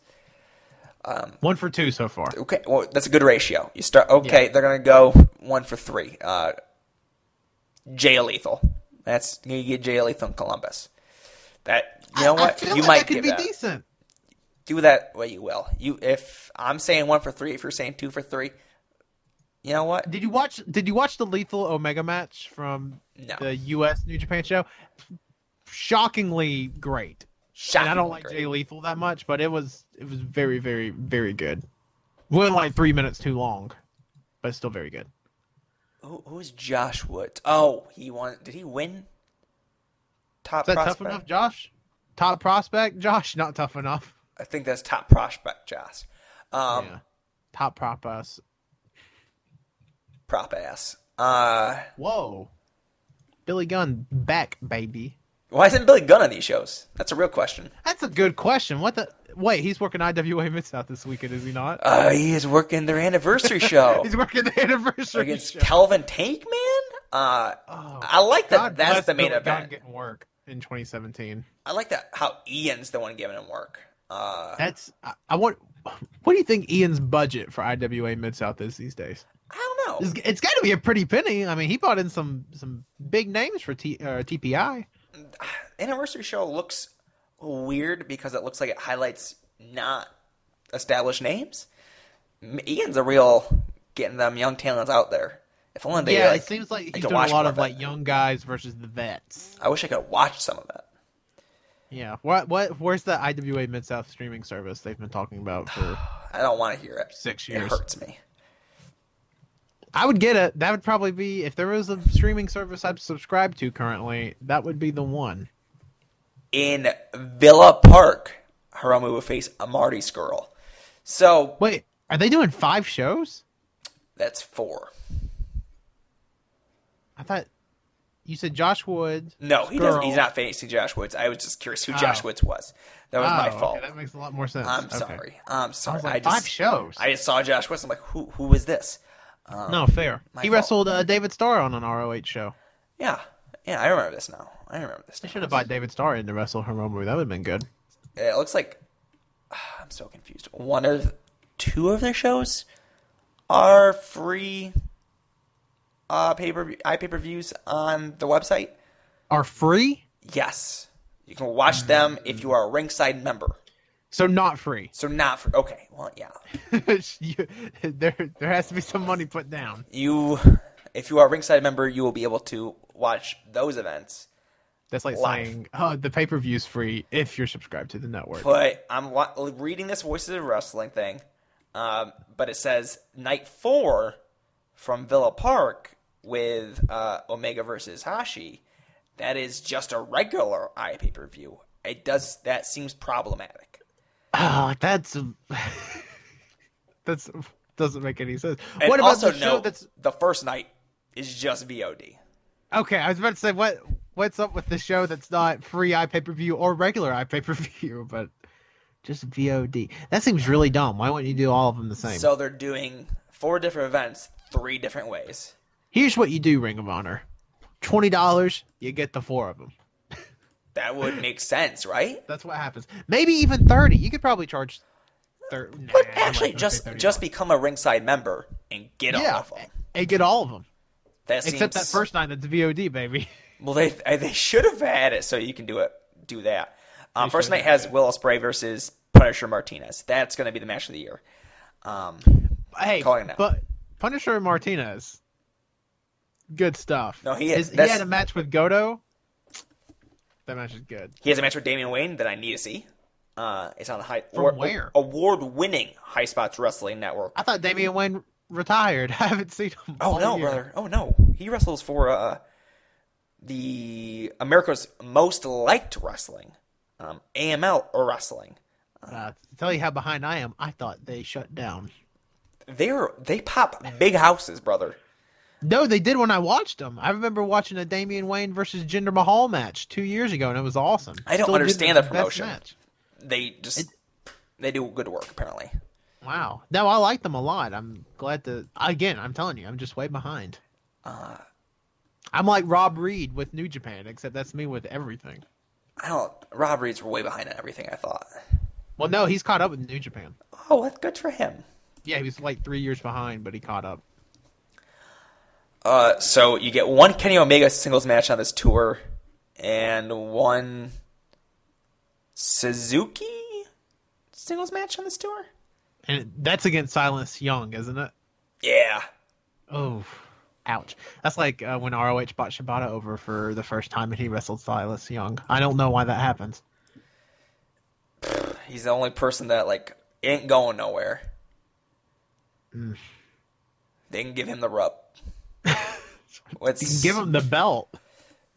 Speaker 6: One for two so far.
Speaker 5: Okay, well, that's a good ratio. You start. Okay,
Speaker 6: Yeah.
Speaker 5: they're gonna go one for three. Uh, Jay Lethal. That's you get Jay Lethal in Columbus. That you know what
Speaker 6: I feel
Speaker 5: you
Speaker 6: like
Speaker 5: might
Speaker 6: that could
Speaker 5: give
Speaker 6: be
Speaker 5: that.
Speaker 6: decent.
Speaker 5: do that way you will. You if I'm saying one for three, if you're saying two for three, you know what?
Speaker 6: Did you watch? Did you watch the Lethal Omega match from
Speaker 5: No.
Speaker 6: the U.S. New Japan show? Shockingly great. And I don't
Speaker 5: Shockingly
Speaker 6: like
Speaker 5: great.
Speaker 6: Jay Lethal that much, but it was it was very very very good. Wasn't like three minutes too long, but still very good.
Speaker 5: Who, who's Josh Woods? Oh, he won. Did he win? Top
Speaker 6: Is that
Speaker 5: prospect.
Speaker 6: tough enough, Josh? Top prospect, Josh? Not tough enough.
Speaker 5: I think that's top prospect. Josh. Um,
Speaker 6: yeah. Top prop us.
Speaker 5: prop ass. Uh,
Speaker 6: Whoa. Billy Gunn back, baby.
Speaker 5: why isn't Billy Gunn on these shows? That's a real question.
Speaker 6: That's a good question. What the? Wait, he's working IWA Mid South this weekend, is he not?
Speaker 5: Uh, he is working their anniversary show
Speaker 6: he's working the anniversary
Speaker 5: against
Speaker 6: show.
Speaker 5: Kelvin Tankman. Uh,
Speaker 6: Oh,
Speaker 5: I like that.
Speaker 6: God bless
Speaker 5: that's the main
Speaker 6: Billy Gunn
Speaker 5: event.
Speaker 6: getting work in 2017.
Speaker 5: I like that how Ian's the one giving him work. Uh,
Speaker 6: That's I, I want. What do you think Ian's budget for IWA Mid South is these days?
Speaker 5: I don't know.
Speaker 6: It's, it's got to be a pretty penny. I mean, he bought in some some big names for T, uh, TPI.
Speaker 5: Anniversary show looks weird because it looks like it highlights not established names. M- Ian's a real getting them young talents out there. If only they
Speaker 6: yeah,
Speaker 5: like,
Speaker 6: it seems like
Speaker 5: I
Speaker 6: he's
Speaker 5: could
Speaker 6: doing
Speaker 5: watch
Speaker 6: a lot
Speaker 5: more
Speaker 6: of
Speaker 5: that.
Speaker 6: like young guys versus the vets.
Speaker 5: I wish I could watch some of that.
Speaker 6: Yeah. What what? Where's the IWA Mid South streaming service they've been talking about for?
Speaker 5: I don't want to hear it.
Speaker 6: Six
Speaker 5: It
Speaker 6: years.
Speaker 5: hurts me.
Speaker 6: I would get it. That would probably be if there was a streaming service I'd subscribe to currently. That would be the one.
Speaker 5: in Villa Park, Hiromu will face a Marty Skrull. So
Speaker 6: Wait, are they doing five shows?
Speaker 5: that's four.
Speaker 6: I thought you said Josh Wood.
Speaker 5: No, he doesn't.
Speaker 6: Skrull.
Speaker 5: He's not facing Josh Woods. I was just curious who
Speaker 6: Oh.
Speaker 5: Josh Woods was. That was
Speaker 6: Oh,
Speaker 5: my
Speaker 6: okay,
Speaker 5: fault.
Speaker 6: that makes a lot more sense.
Speaker 5: I'm
Speaker 6: Okay.
Speaker 5: sorry. I'm sorry. I,
Speaker 6: was like,
Speaker 5: just
Speaker 6: five shows.
Speaker 5: I just saw Josh Woods. I'm like, who who is this?
Speaker 6: No, fair.
Speaker 5: my
Speaker 6: He
Speaker 5: fault.
Speaker 6: wrestled uh, David Starr on an ROH show.
Speaker 5: Yeah, yeah. I remember this now. I remember this.
Speaker 6: They
Speaker 5: Now.
Speaker 6: should have bought David Starr in to wrestle Hiromu. That would have been good.
Speaker 5: It looks like I'm so confused. One of two of their shows are free uh pay per i pay per views on the website.
Speaker 6: Are free?
Speaker 5: Yes. You can watch
Speaker 6: Mm-hmm.
Speaker 5: them if you are a ringside member.
Speaker 6: So not free.
Speaker 5: So not for okay, well yeah.
Speaker 6: You- there, there has to be some money put down.
Speaker 5: You if you are a ringside member, you will be able to watch those events.
Speaker 6: That's like
Speaker 5: Live.
Speaker 6: saying oh, the pay per view's free if you're subscribed to the network.
Speaker 5: But I'm wa- reading this Voices of Wrestling thing, um, but it says night four from Villa Park with uh, Omega versus Hashi. That is just a regular eye pay per view. It does that seems problematic.
Speaker 6: Oh, that's that's doesn't make any sense.
Speaker 5: And
Speaker 6: what about
Speaker 5: also
Speaker 6: the show
Speaker 5: note,
Speaker 6: that's
Speaker 5: the first night is just VOD.
Speaker 6: okay? I was about to say what what's up with the show that's not free i pay per view or regular i pay per view, but just VOD. That seems really dumb. Why wouldn't you do all of them the same?
Speaker 5: So they're doing four different events three different ways.
Speaker 6: Here's what you do, Ring of Honor. Twenty dollars, you get the four of them.
Speaker 5: That would make sense, right?
Speaker 6: That's what happens. Maybe even thirty. You could probably charge. Thir- nah,
Speaker 5: But
Speaker 6: I'm not
Speaker 5: actually,
Speaker 6: gonna
Speaker 5: just
Speaker 6: pay $30.
Speaker 5: just become a ringside member and get
Speaker 6: yeah,
Speaker 5: off of them.
Speaker 6: and get all of them
Speaker 5: That seems,
Speaker 6: except that first night that's VOD, baby.
Speaker 5: Well, they uh, they should have had it so you can do it. Do that. Um, first night has Will Ospreay versus Punisher Martinez. That's going to be the match of the year. Um,
Speaker 6: hey,
Speaker 5: Calling it out.
Speaker 6: but Punisher and Martinez, good stuff.
Speaker 5: No, he-
Speaker 6: His-
Speaker 5: that's-
Speaker 6: had a match with Goto. That match is good.
Speaker 5: he has a match with Damian Wayne that I need to see. Uh, it's on the high
Speaker 6: From where?
Speaker 5: award winning High Spots Wrestling Network.
Speaker 6: I thought Damian Wayne retired. I haven't seen him.
Speaker 5: Oh
Speaker 6: all
Speaker 5: no,
Speaker 6: year.
Speaker 5: brother! Oh no, he wrestles for uh, the America's Most Liked Wrestling, um, AML Wrestling.
Speaker 6: Uh, to tell you how behind I am, I thought they shut down.
Speaker 5: They're they pop big houses, brother.
Speaker 6: No, they did when I watched them. I remember watching a Damian Wayne versus Jinder Mahal match two years ago, and it was awesome.
Speaker 5: I don't
Speaker 6: Still did
Speaker 5: understand
Speaker 6: the
Speaker 5: the
Speaker 6: best
Speaker 5: promotion.
Speaker 6: match.
Speaker 5: They just they do good work apparently.
Speaker 6: Wow. No, I like them a lot. I'm glad to. Again, I'm telling you, I'm just way behind. I'm like Rob Reed with New Japan, except that's me with everything.
Speaker 5: I don't. Rob Reed's way behind on everything. I thought.
Speaker 6: Well, no, he's caught up with New Japan.
Speaker 5: Oh, well, good for him.
Speaker 6: Yeah, he was like three years behind, but he caught up.
Speaker 5: Uh, so you get one Kenny Omega singles match on this tour, and one Suzuki singles match on this tour.
Speaker 6: And that's against Silas Young, isn't it?
Speaker 5: Yeah,
Speaker 6: Oh, ouch. That's like uh, when ROH bought Shibata over for the first time and he wrestled Silas Young. I don't know why that happens.
Speaker 5: he's the only person that like ain't going nowhere.
Speaker 6: Mm.
Speaker 5: They can give him the rub. Let's
Speaker 6: Give him the belt.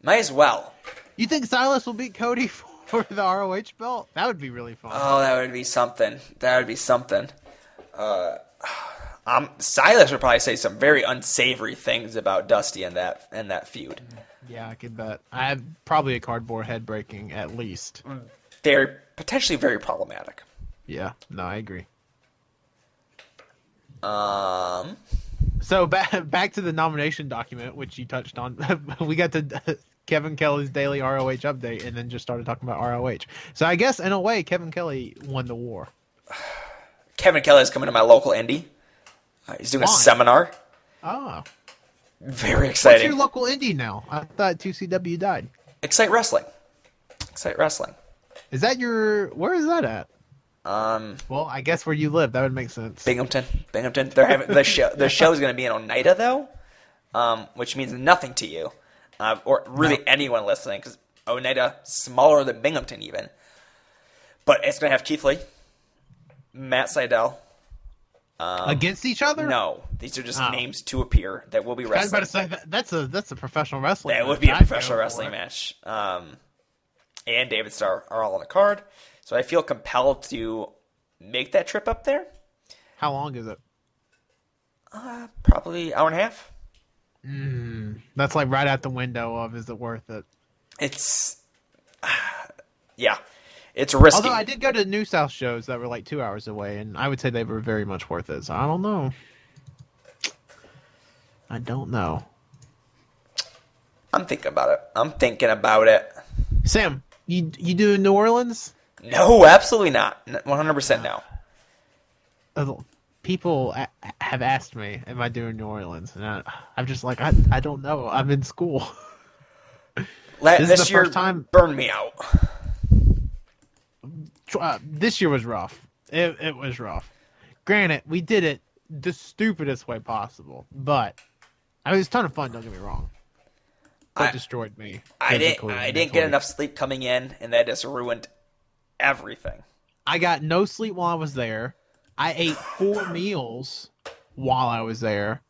Speaker 5: Might as well.
Speaker 6: You think Silas will beat Cody for the ROH belt? That would be really fun.
Speaker 5: Oh, that would be something. That would be something. Uh, um, Silas would probably say some very unsavory things about Dusty and that and that feud.
Speaker 6: Yeah, I could bet. I have probably a cardboard head breaking at least.
Speaker 5: They're potentially very problematic.
Speaker 6: Yeah, no, I agree.
Speaker 5: Um,
Speaker 6: So back back to the nomination document, which you touched on. we got to Kevin Kelly's daily ROH update, and then just started talking about ROH. So I guess in a way, Kevin Kelly won the war.
Speaker 5: Kevin Kelly is coming to my local indie. Uh, he's doing a
Speaker 6: Why?
Speaker 5: seminar.
Speaker 6: Ah,
Speaker 5: Very
Speaker 6: what's
Speaker 5: exciting.
Speaker 6: your local indie now? I thought 2CW died.
Speaker 5: Excite Wrestling. Excite Wrestling.
Speaker 6: Is that your? Where is that at?
Speaker 5: Um,
Speaker 6: Well, I guess where you live. That would make sense.
Speaker 5: Binghamton. Binghamton. They're having the show. The show is going to be in Oneida though, um, which means nothing to you, uh, or really anyone listening, because Oneida smaller than Binghamton even. But it's going to have Keith Lee, Matt Seidel.
Speaker 6: Against each other?
Speaker 5: No, these are just
Speaker 6: Oh.
Speaker 5: names to appear that will be
Speaker 6: I was about
Speaker 5: wrestling.
Speaker 6: to say that, that's a that's a professional wrestling.
Speaker 5: That
Speaker 6: match.
Speaker 5: would be a
Speaker 6: I'd
Speaker 5: professional
Speaker 6: go
Speaker 5: wrestling
Speaker 6: for it.
Speaker 5: match. Um, and David Starr are all on the card, so I feel compelled to make that trip up there.
Speaker 6: How long is it?
Speaker 5: Probably hour and a half.
Speaker 6: That's like right out the window of is it worth it?
Speaker 5: It's yeah, it's risky.
Speaker 6: Although I did go to New South shows that were like two hours away, and I would say they were very much worth it. So I don't know. I don't know.
Speaker 5: I'm thinking about it. I'm thinking about it.
Speaker 6: Sam, you you do New Orleans?
Speaker 5: No, absolutely not. N- 100% no.
Speaker 6: Uh, People a- have asked me, "Am I doing New Orleans?" And I, I'm just like, I, I don't know. I'm in school.
Speaker 5: La-
Speaker 6: This is
Speaker 5: this
Speaker 6: the
Speaker 5: year
Speaker 6: first time-
Speaker 5: burned me out.
Speaker 6: Uh, this year was rough. It it was rough. Granted, we did it the stupidest way possible, but I mean, it was a ton of fun. Don't get me wrong. That
Speaker 5: I-
Speaker 6: destroyed me.
Speaker 5: I didn't.
Speaker 6: physically
Speaker 5: I
Speaker 6: and
Speaker 5: didn't get
Speaker 6: mentally.
Speaker 5: enough sleep coming in, and that just ruined everything.
Speaker 6: I got no sleep while I was there. I ate four meals while I was there.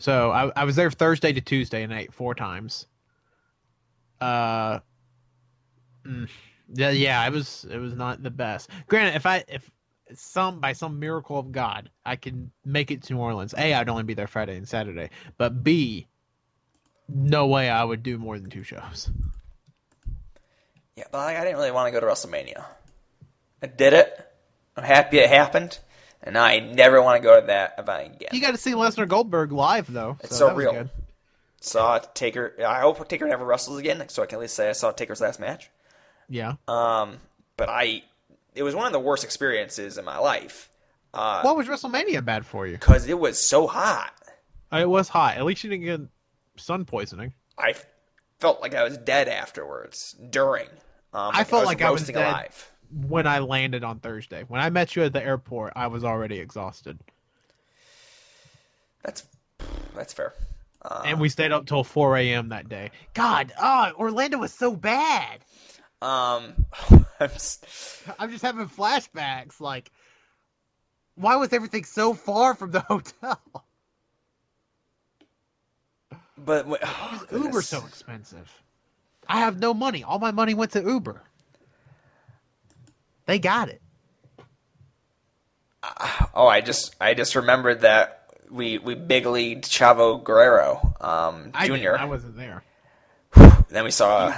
Speaker 6: So I, I was there Thursday to Tuesday and I ate four times. Uh, mm, yeah, yeah, it was it was not the best. Granted, if I if some by some miracle of God I can make it to New Orleans, a I'd only be there Friday and Saturday, but b no way I would do more than two shows.
Speaker 5: Yeah, but like, I didn't really want to go to WrestleMania. I did it. I'm happy it happened, and I never want to go to that event again.
Speaker 6: You got to see Lesnar Goldberg live though.
Speaker 5: It's so
Speaker 6: that was
Speaker 5: real.
Speaker 6: good.
Speaker 5: saw Taker. I hope Taker never wrestles again, so I can at least say I saw Taker's last match.
Speaker 6: Yeah.
Speaker 5: Um, but I, it was one of the worst experiences in my life
Speaker 6: What was WrestleMania bad for you?
Speaker 5: because it was so hot.
Speaker 6: Uh, It was hot. At least you didn't get sun poisoning.
Speaker 5: I felt like I was dead afterwards. During, um,
Speaker 6: I felt like I was
Speaker 5: roasting
Speaker 6: dead.
Speaker 5: alive.
Speaker 6: When I landed on Thursday, when I met you at the airport, I was already exhausted,
Speaker 5: That's that's fair.
Speaker 6: and we stayed up till 4 a.m. that day. God, oh, Orlando was so bad.
Speaker 5: Um, I'm s-
Speaker 6: I'm just having flashbacks. Like, why was everything so far from the hotel?
Speaker 5: but when- oh,
Speaker 6: Uber
Speaker 5: goodness.
Speaker 6: so expensive. I have no money. All my money went to Uber. They got it.
Speaker 5: Oh, I just I just remembered that we we big leagued Chavo Guerrero um,
Speaker 6: I didn't.
Speaker 5: Junior.
Speaker 6: I wasn't there.
Speaker 5: Then we saw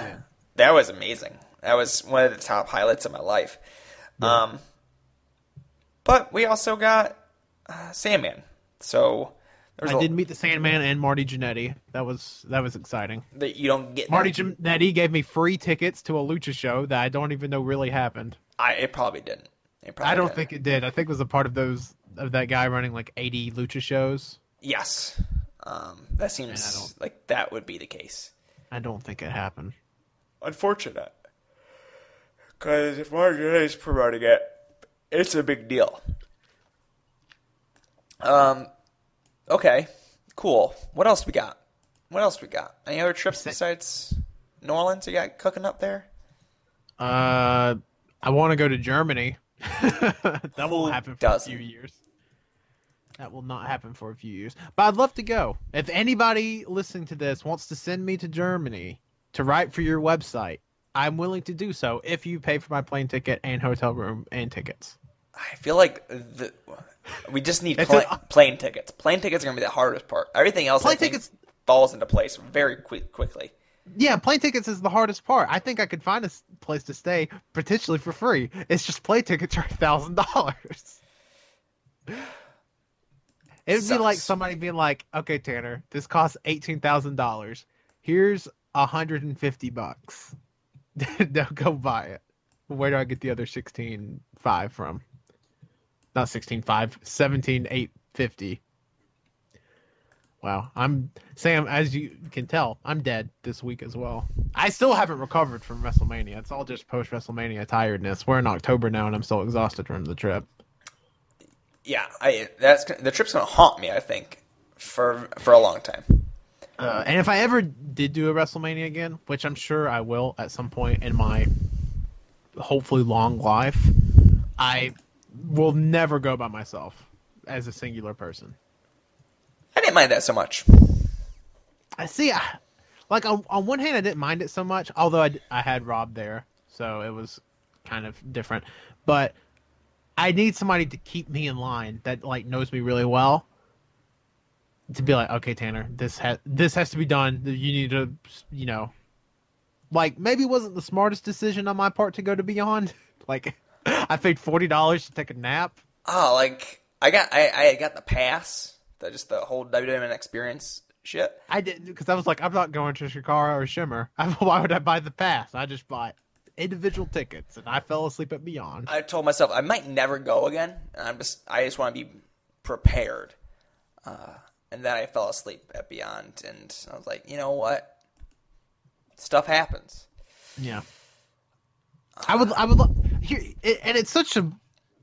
Speaker 5: that was amazing. That was one of the top highlights of my life. Um, but we also got uh, Sandman. So there's
Speaker 6: I
Speaker 5: a-
Speaker 6: did meet the Sandman and Marty Jannetty. That was that was exciting.
Speaker 5: that you don't get
Speaker 6: Marty
Speaker 5: that.
Speaker 6: Jannetty gave me free tickets to a lucha show that I don't even know really happened.
Speaker 5: I, it probably didn't. It probably
Speaker 6: I don't
Speaker 5: didn't.
Speaker 6: think it did. I think it was a part of those of that guy running like 80 lucha shows.
Speaker 5: Yes. Um, that
Speaker 6: I
Speaker 5: seems
Speaker 6: don't-
Speaker 5: like that would be the case.
Speaker 6: I don't think it happened.
Speaker 5: Unfortunate. Because if Martin is promoting it, it's a big deal. Um, okay, cool. What else we got? What else we got? Any other trips besides New Orleans you got cooking up there?
Speaker 6: Uh, I want to go to Germany. that
Speaker 5: Who
Speaker 6: won't happen for
Speaker 5: doesn't?
Speaker 6: a few years. That will not happen for a few years. But I'd love to go. If anybody listening to this wants to send me to Germany to write for your website, I'm willing to do so if you pay for my plane ticket and hotel room and tickets.
Speaker 5: I feel like the, we just need
Speaker 6: It's
Speaker 5: pla-
Speaker 6: an-
Speaker 5: plane tickets. Plane tickets are going to be the hardest part. Everything else, I
Speaker 6: Plane
Speaker 5: think,
Speaker 6: tickets-
Speaker 5: falls into place very quick, quickly.
Speaker 6: Yeah, plane tickets is the hardest part. I think I could find a s- place to stay potentially for free. It's just plane tickets are thousand dollars. It would be like
Speaker 5: Sucks.
Speaker 6: somebody being like, "Okay, Tanner, this costs eighteen thousand dollars. Here's a hundred and fifty bucks. now go buy it. Where do I get the other sixteen five from? Not sixteen five, seventeen eight fifty. Wow, I'm Sam. As you can tell, I'm dead this week as well. I still haven't recovered from WrestleMania. It's all just post WrestleMania tiredness. We're in October now, and I'm still exhausted from the trip.
Speaker 5: Yeah, I that's the trip's going to haunt me. I think for for a long time.
Speaker 6: Uh, and if I ever did do a WrestleMania again, which I'm sure I will at some point in my hopefully long life, I will never go by myself as a singular person.
Speaker 5: I didn't mind that so much.
Speaker 6: I see. I, like on, on one hand, I didn't mind it so much, although I, d- I had Rob there, so it was kind of different. But I need somebody to keep me in line that like knows me really well to be like, okay, Tanner, this has this has to be done. You need to, you know, like maybe it wasn't the smartest decision on my part to go to Beyond. Like, I paid forty dollars to take a nap.
Speaker 5: Oh, like I got I, I got the pass, the, just the whole WWE experience shit.
Speaker 6: I didn't because I was like, I'm not going to Shikara or Shimmer. why would I buy the pass? I just bought individual tickets, and I fell asleep at Beyond.
Speaker 5: I told myself I might never go again, and I'm just I just want to be prepared. Uh, and then I fell asleep at Beyond, and I was like, you know what? Stuff happens.
Speaker 6: Yeah, I would. I would. lo- Here, it, and it's such a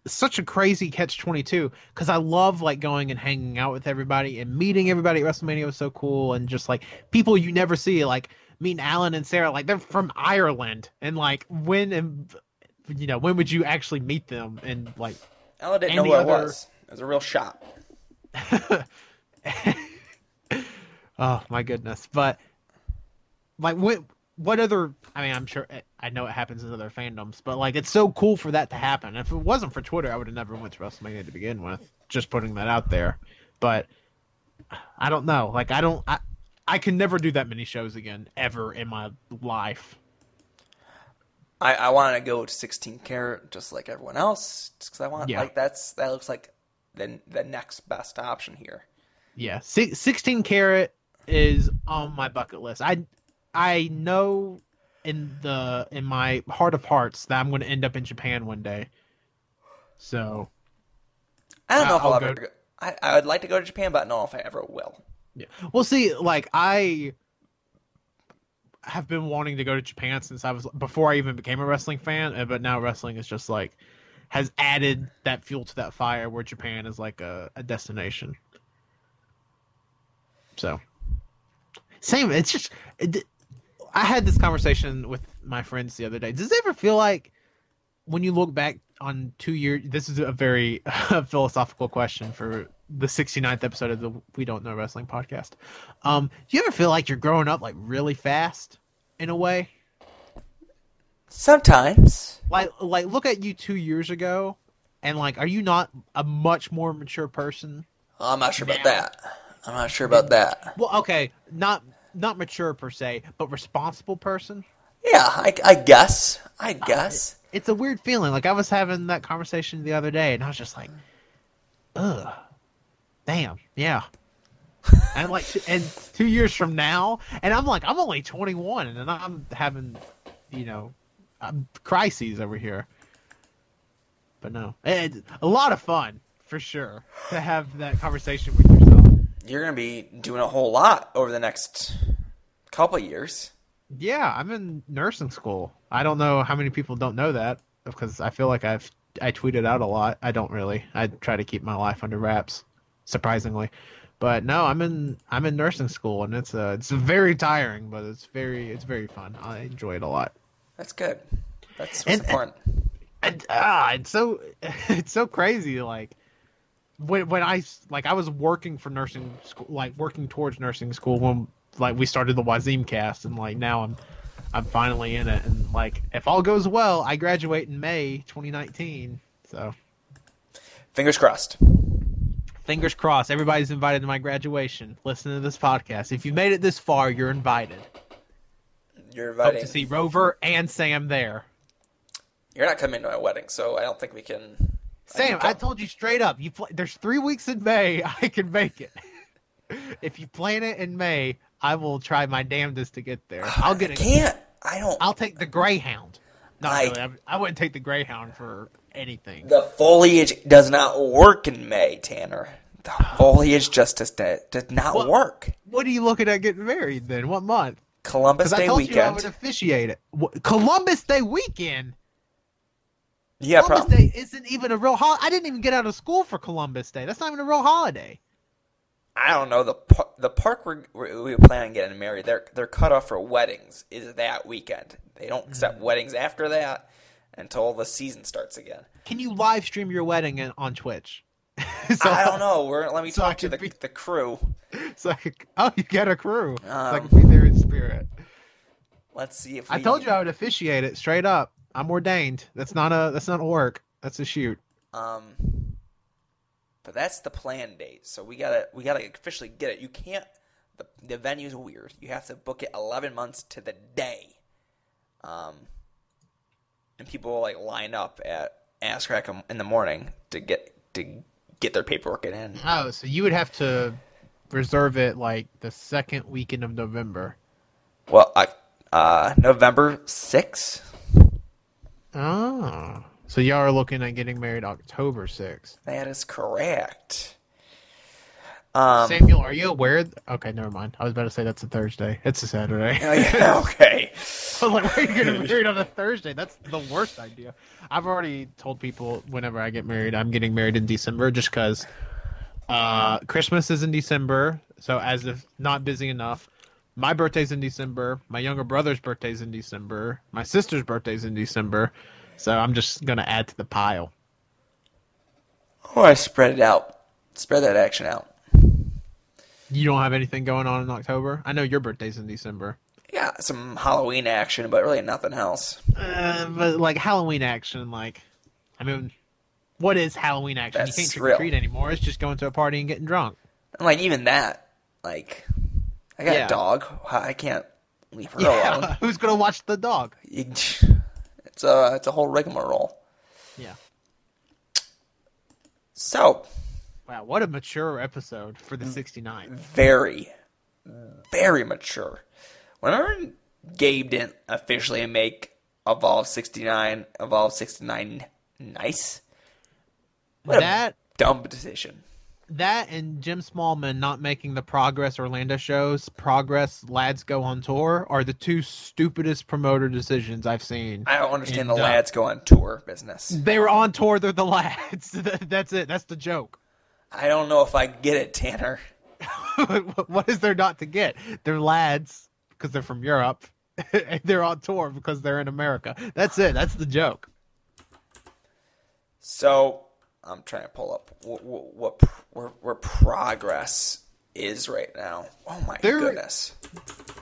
Speaker 6: such a crazy catch 22 because I love like going and hanging out with everybody and meeting everybody at WrestleMania was so cool and just like people you never see like me and Alan and Sarah like they're from Ireland and like when and you know when would you actually meet them and like
Speaker 5: Ella didn't
Speaker 6: And
Speaker 5: know
Speaker 6: the
Speaker 5: what it
Speaker 6: other-
Speaker 5: was. It was a real shop.
Speaker 6: oh my goodness but like what what other I mean I'm sure eh, I know it happens in other fandoms but like it's so cool for that to happen if it wasn't for Twitter I would have never went to WrestleMania to begin with just putting that out there but I don't know like I don't I I can never do that many shows again ever in my life
Speaker 5: I, I want to go to 16 karat just like everyone else, just because I want
Speaker 6: Yeah.
Speaker 5: like that's that looks like the the next best option here.
Speaker 6: Yeah, si- sixteen karat is on my bucket list. I I know in the in my heart of hearts that I'm going to end up in Japan one day. So
Speaker 5: I don't know
Speaker 6: Uh,
Speaker 5: if I'll,
Speaker 6: I'll
Speaker 5: ever.
Speaker 6: go-
Speaker 5: Go. I I would like to go to Japan, but I don't know if I ever will.
Speaker 6: yeah, we'll see. Like I have been wanting to go to Japan since I was before I even became a wrestling fan, uh, but now wrestling is just like has added that fuel to that fire where Japan is like a, a destination. So same. It's just it, I had this conversation with my friends the other day. Does it ever feel like when you look back on two years? This is a very philosophical question for the 69th episode of the We Don't Know Wrestling podcast. Um, do you ever feel like you're growing up like really fast in a way?
Speaker 5: Sometimes
Speaker 6: Like, like look at you two years ago, and like, are you not a much more mature person
Speaker 5: I'm not sure about that. I'm not sure about that.
Speaker 6: Well, okay, not not mature per se, but responsible person.
Speaker 5: Yeah, I, I guess. I
Speaker 6: Uh,
Speaker 5: guess.
Speaker 6: It's a weird feeling. Like I was having that conversation the other day, and I was just like, "Ugh, damn, yeah." and like, and two years from now, and I'm like, I'm only 21, and I'm having, you know, um, crises over here. But no, it's a lot of fun for sure to have that conversation with yourself.
Speaker 5: You're gonna be doing a whole lot over the next couple of years.
Speaker 6: Yeah, I'm in nursing school. I don't know how many people don't know that because I feel like I've I tweeted out a lot. I don't really. I try to keep my life under wraps, surprisingly. But no, I'm in I'm in nursing school and it's uh it's very tiring, but it's very it's very fun. I enjoy it a lot.
Speaker 5: That's good. That's what's
Speaker 6: And- uh,
Speaker 5: important.
Speaker 6: And ah, it's so it's so crazy like when when I s- like I was working for nursing school like working towards nursing school when like we started the Wazim cast and like now I'm I'm finally in it and like if all goes well I graduate in May 2019 so
Speaker 5: Fingers crossed.
Speaker 6: fingers crossed everybody's invited to my graduation listen to this podcast if you made it this far you're invited
Speaker 5: You're
Speaker 6: hope
Speaker 5: inviting.
Speaker 6: to see Rover and Sam there
Speaker 5: You're not coming to my wedding, so I don't think we can.
Speaker 6: Sam,
Speaker 5: can
Speaker 6: I
Speaker 5: come.
Speaker 6: told you straight up. You pl- there's three weeks in May. I can make it. if you plan it in May, I will try my damnedest to get there. I'll get
Speaker 5: I
Speaker 6: it.
Speaker 5: can't. I don't.
Speaker 6: I'll take the Greyhound. Not
Speaker 5: I-
Speaker 6: really. I, I wouldn't take the Greyhound for anything.
Speaker 5: The foliage does not work in May, Tanner. The foliage just does, does not
Speaker 6: Well-
Speaker 5: work.
Speaker 6: What are you looking at getting married then? What month?
Speaker 5: Columbus
Speaker 6: Because I
Speaker 5: Day
Speaker 6: told you I
Speaker 5: weekend.
Speaker 6: would officiate it. What, Columbus Day weekend.
Speaker 5: yeah,
Speaker 6: Columbus
Speaker 5: probably.
Speaker 6: Day isn't even a real holiday. I didn't even get out of school for Columbus Day. That's not even a real holiday.
Speaker 5: I don't know. The par- the park we're, we're, we plan on getting married. Their their cutoff for weddings is that weekend. They don't
Speaker 6: Mm.
Speaker 5: accept weddings after that until the season starts again.
Speaker 6: Can you live stream your wedding in- on Twitch? so,
Speaker 5: I don't know. We're let me
Speaker 6: So I
Speaker 5: talk to
Speaker 6: could
Speaker 5: the
Speaker 6: be-
Speaker 5: the crew.
Speaker 6: It's like, oh, you got a crew.
Speaker 5: Um,
Speaker 6: it's like be there in spirit.
Speaker 5: Let's see if
Speaker 6: I
Speaker 5: we-
Speaker 6: told you I would officiate it straight up. I'm ordained. That's not a that's not a work. That's a shoot.
Speaker 5: Um, but that's the plan date. So we gotta we gotta officially get it. You can't. The the venue's weird. You have to book it eleven months to the day. Um, and people will, like line up at ass crack in- in the morning to get to get their paperwork in.
Speaker 6: Oh, so you would have to reserve it like the second weekend of November.
Speaker 5: Well, I, uh, November sixth.
Speaker 6: Oh. So y'all are looking at getting married October 6th.
Speaker 5: That is correct. Um,
Speaker 6: Samuel, are you aware? Okay, never mind. I was about to say that's a Thursday. It's a Saturday.
Speaker 5: oh, yeah, okay.
Speaker 6: I was like, why are you getting married on a Thursday? That's the worst idea. I've already told people whenever I get married, I'm getting married in December just because uh, Christmas is in December. So, as if not busy enough, my birthday's in December. My younger brother's birthday's in December. My sister's birthday's in December. So, I'm just going to add to the pile.
Speaker 5: Or Oh, I spread it out. Spread that action out.
Speaker 6: You don't have anything going on in October? I know your birthday's in December.
Speaker 5: Yeah, some Halloween action, but really nothing else.
Speaker 6: Uh, but like Halloween action, like, I mean, what is Halloween action?
Speaker 5: That's
Speaker 6: you can't trick or treat
Speaker 5: real.
Speaker 6: anymore. It's just going to a party and getting drunk.
Speaker 5: And like even that, like I got
Speaker 6: Yeah.
Speaker 5: a dog. I can't leave her alone.
Speaker 6: Who's gonna watch the dog?
Speaker 5: It's a it's a whole rigmarole.
Speaker 6: Yeah.
Speaker 5: So
Speaker 6: Wow, what a mature episode for the 69.
Speaker 5: very, very mature. Whenever Gabe didn't officially make Evolve sixty nine, Evolve sixty nine, nice. What
Speaker 6: That
Speaker 5: a dumb decision.
Speaker 6: that and Jim Smallman not making the Progress Orlando shows, Progress Lads Go on Tour are the two stupidest promoter decisions I've seen.
Speaker 5: I don't understand
Speaker 6: And,
Speaker 5: the
Speaker 6: uh,
Speaker 5: lads go on tour business.
Speaker 6: They were on tour, they're the lads. That's it. That's the joke.
Speaker 5: I don't know if I get it, Tanner.
Speaker 6: what is there not to get? They're lads because they're from Europe. and they're on tour because they're in America. That's it. That's the joke.
Speaker 5: So I'm trying to pull up what what, what pr- where, where progress is right now. Oh my
Speaker 6: There-
Speaker 5: goodness,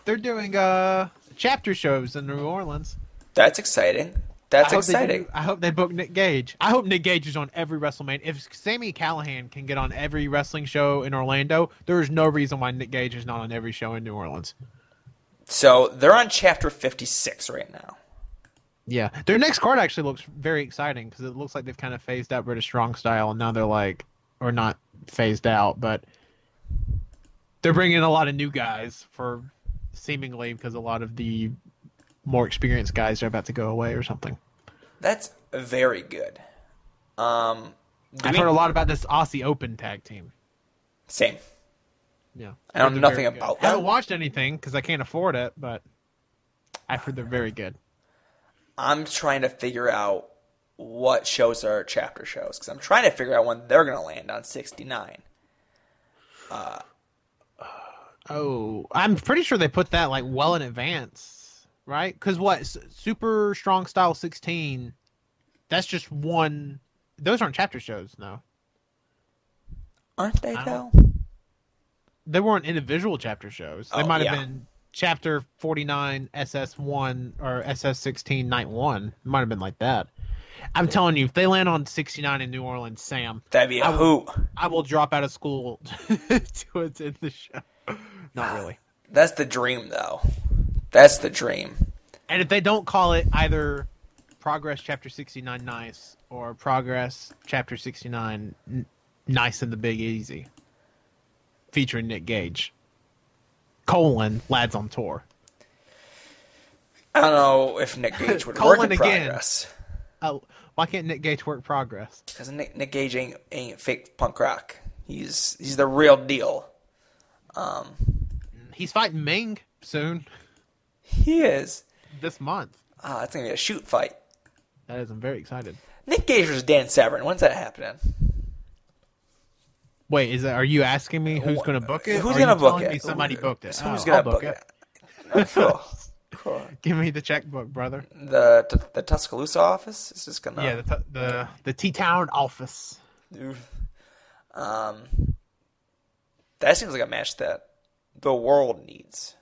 Speaker 6: They're doing uh chapter shows in New Orleans.
Speaker 5: that's exciting. That's
Speaker 6: I hope they do-
Speaker 5: exciting.
Speaker 6: I hope they book Nick Gage. I hope Nick Gage is on every WrestleMania. If Sammy Callahan can get on every wrestling show in Orlando, there is no reason why Nick Gage is not on every show in New Orleans.
Speaker 5: So they're on chapter 56 right now.
Speaker 6: Yeah, their next card actually looks very exciting because it looks like they've kind of phased out British Strong Style, and now they're like, or not phased out, but they're bringing in a lot of new guys for seemingly because a lot of the more experienced guys are about to go away or something.
Speaker 5: That's very good. Um, do
Speaker 6: I've
Speaker 5: we-
Speaker 6: heard a lot about this Aussie Open tag team.
Speaker 5: Same.
Speaker 6: Yeah,
Speaker 5: I don't know
Speaker 6: They're very
Speaker 5: nothing
Speaker 6: good.
Speaker 5: about
Speaker 6: I haven't
Speaker 5: that.
Speaker 6: watched anything because I can't afford it, but I've heard they're very good.
Speaker 5: I'm trying to figure out what shows are chapter shows because I'm trying to figure out when they're going to land on 69.
Speaker 6: Oh, I'm pretty sure they put that like well in advance, right? Because what S- super strong style sixteen, that's just one. Those aren't chapter shows, no.
Speaker 5: Aren't they
Speaker 6: I
Speaker 5: though?
Speaker 6: don't- They weren't individual chapter shows. They
Speaker 5: Oh,
Speaker 6: might have
Speaker 5: yeah.
Speaker 6: been chapter forty nine SS one or SS sixteen night one. It might have been like that. I'm telling you, if they land on sixty nine in New Orleans, Sam,
Speaker 5: That'd be a
Speaker 6: I
Speaker 5: hoot.
Speaker 6: I will drop out of school to attend the show. Not really.
Speaker 5: That's the dream though. That's the dream.
Speaker 6: And if they don't call it either Progress Chapter 69 Nice or Progress Chapter 69 N- Nice and the Big Easy featuring Nick Gage, colon, Lads on Tour.
Speaker 5: I don't know if Nick Gage would
Speaker 6: Colin
Speaker 5: work in
Speaker 6: again.
Speaker 5: progress
Speaker 6: Oh, why can't Nick Gage work Progress?
Speaker 5: because Nick, Nick Gage ain't, ain't fake punk rock. He's he's the real deal.
Speaker 6: He's fighting Ming soon
Speaker 5: He is.
Speaker 6: this month.
Speaker 5: Ah, it's gonna be a shoot fight.
Speaker 6: That is, I'm very excited.
Speaker 5: Nick Gage versus Dan Severn. When's that happening?
Speaker 6: Wait, is that, are you asking me who's
Speaker 5: Wh-
Speaker 6: going to book it?
Speaker 5: Who's
Speaker 6: Are
Speaker 5: gonna
Speaker 6: you
Speaker 5: book
Speaker 6: telling
Speaker 5: it?
Speaker 6: Me somebody
Speaker 5: Who-
Speaker 6: booked it.
Speaker 5: Who's
Speaker 6: Oh,
Speaker 5: gonna
Speaker 6: I'll
Speaker 5: book it? cool. cool.
Speaker 6: Give me the checkbook, brother.
Speaker 5: The, the the Tuscaloosa office is just gonna.
Speaker 6: Yeah, the the the T Town office.
Speaker 5: Oof. Um, that seems like a match that the world needs.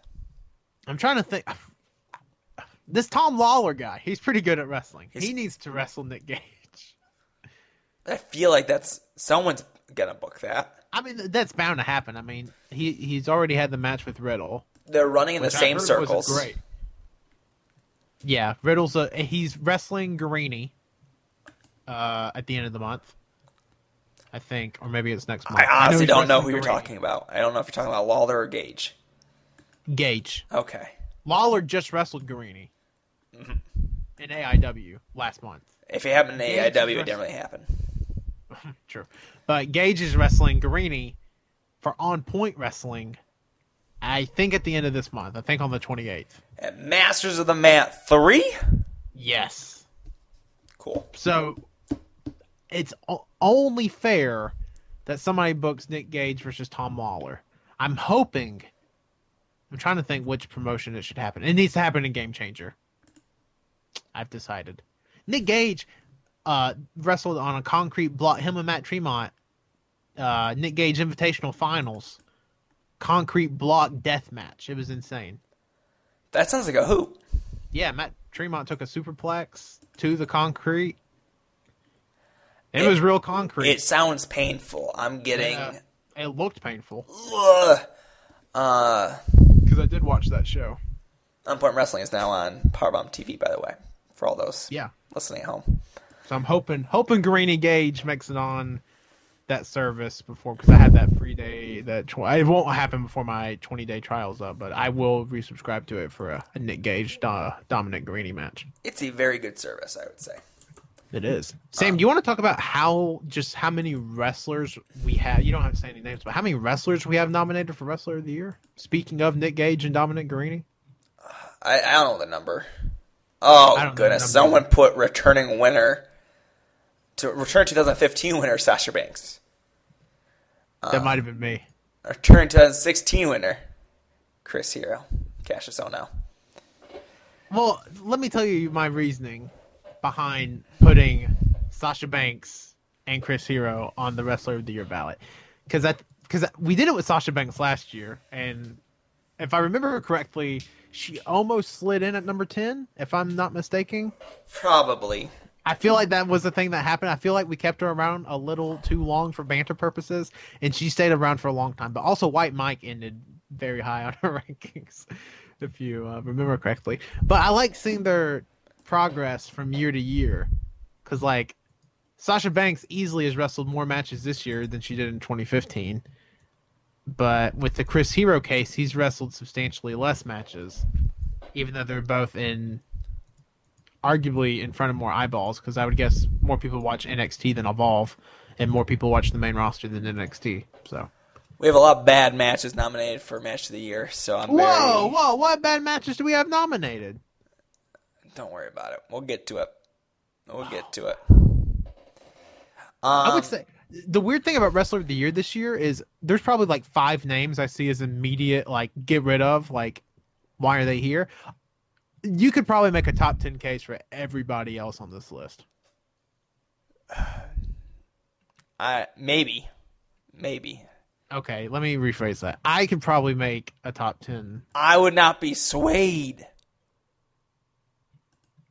Speaker 6: I'm trying to think. This Tom Lawler guy, he's pretty good at wrestling.
Speaker 5: He's-
Speaker 6: He needs to wrestle Nick Gage.
Speaker 5: I feel like that's someone's gonna book that.
Speaker 6: I mean, th- that's bound to happen. I mean, he he's already had the match with Riddle.
Speaker 5: They're running in the
Speaker 6: which I
Speaker 5: same
Speaker 6: heard wasn't
Speaker 5: circles.
Speaker 6: Great. Yeah, Riddle's a, he's wrestling Garini uh, at the end of the month, I think, or maybe it's next month.
Speaker 5: I honestly
Speaker 6: he's
Speaker 5: don't know who
Speaker 6: wrestling
Speaker 5: you're
Speaker 6: Garini.
Speaker 5: talking about. I don't know if you're talking about Lawler or Gage.
Speaker 6: Gage
Speaker 5: Okay.
Speaker 6: Lawler just wrestled Garini
Speaker 5: Mm-hmm.
Speaker 6: in AIW last month.
Speaker 5: If it happened in AIW,
Speaker 6: Gage is
Speaker 5: it
Speaker 6: wrestling.
Speaker 5: didn't really happen.
Speaker 6: True. But Gage is wrestling Garini for On Point Wrestling I think at the end of this month. I think on the 28th.
Speaker 5: At Masters of the Mat 3?
Speaker 6: Yes.
Speaker 5: Cool.
Speaker 6: So it's o- only fair that somebody books Nick Gage versus Tom Waller. I'm hoping. I'm trying to think which promotion it should happen. It needs to happen in Game Changer. I've decided. Nick Gage uh, wrestled on a concrete block. Him and Matt Tremont. Uh, Nick Gage Invitational Finals. Concrete block death match. It was insane.
Speaker 5: That sounds like a hoop.
Speaker 6: Yeah, Matt Tremont took a superplex to the concrete. It,
Speaker 5: It-
Speaker 6: was real concrete.
Speaker 5: It sounds painful. I'm getting.
Speaker 6: Yeah. it looked painful
Speaker 5: Ugh. Uh,
Speaker 6: because I did watch that show.
Speaker 5: Unpoint Wrestling is now on Powerbomb TV, by the way, for all those
Speaker 6: Yeah,
Speaker 5: listening at home.
Speaker 6: so I'm hoping hoping Greeny Gage makes it on that service before because I had that free day that tw- it won't happen before my 20 day trials up, but I will resubscribe to it for a, a Nick Gage Do- Dominic Greeny match.
Speaker 5: It's a very good service, I would say.
Speaker 6: It is. Um, Sam, do you want to talk about how just how many wrestlers we have? You don't have to say any names, but how many wrestlers we have nominated for Wrestler of the Year? Speaking of Nick Gage and Dominic Greeny,
Speaker 5: I, I don't know the number. Oh
Speaker 6: I don't know the
Speaker 5: goodness!
Speaker 6: number.
Speaker 5: Someone put returning winner to return 2015 winner Sasha Banks,
Speaker 6: that might have been me.
Speaker 5: return 2016 winner Chris Hero, Cassius Ohno.
Speaker 6: Well, let me tell you my reasoning behind putting Sasha Banks and Chris Hero on the Wrestler of the Year ballot, because that because we did it with Sasha Banks last year, and if I remember correctly, she almost slid in at number ten, if I'm not mistaken.
Speaker 5: Probably.
Speaker 6: I feel like that was the thing that happened. I feel like we kept her around a little too long for banter purposes, and she stayed around for a long time. But also, White Mike ended very high on her rankings, if you uh, remember correctly. But I like seeing their progress from year to year, because like Sasha Banks easily has wrestled more matches this year than she did in 2015. But with the Chris Hero case, he's wrestled substantially less matches, even though they're both in arguably in front of more eyeballs because I would guess more people watch NXT than Evolve, and more people watch the main roster than NXT. So.
Speaker 5: We have a lot of bad matches nominated for match of the year, so I'm very.
Speaker 6: Whoa, whoa! What bad matches do we have nominated?
Speaker 5: Don't worry about it. We'll get to it. We'll get to it. Um,
Speaker 6: I would say the weird thing about Wrestler of the Year this year is there's probably like five names I see as immediate like get rid of. Like, why are they here? You could probably make a top ten case for everybody else on this list.
Speaker 5: I maybe, maybe.
Speaker 6: Okay, let me rephrase that. I could probably make a top ten.
Speaker 5: I would not be swayed.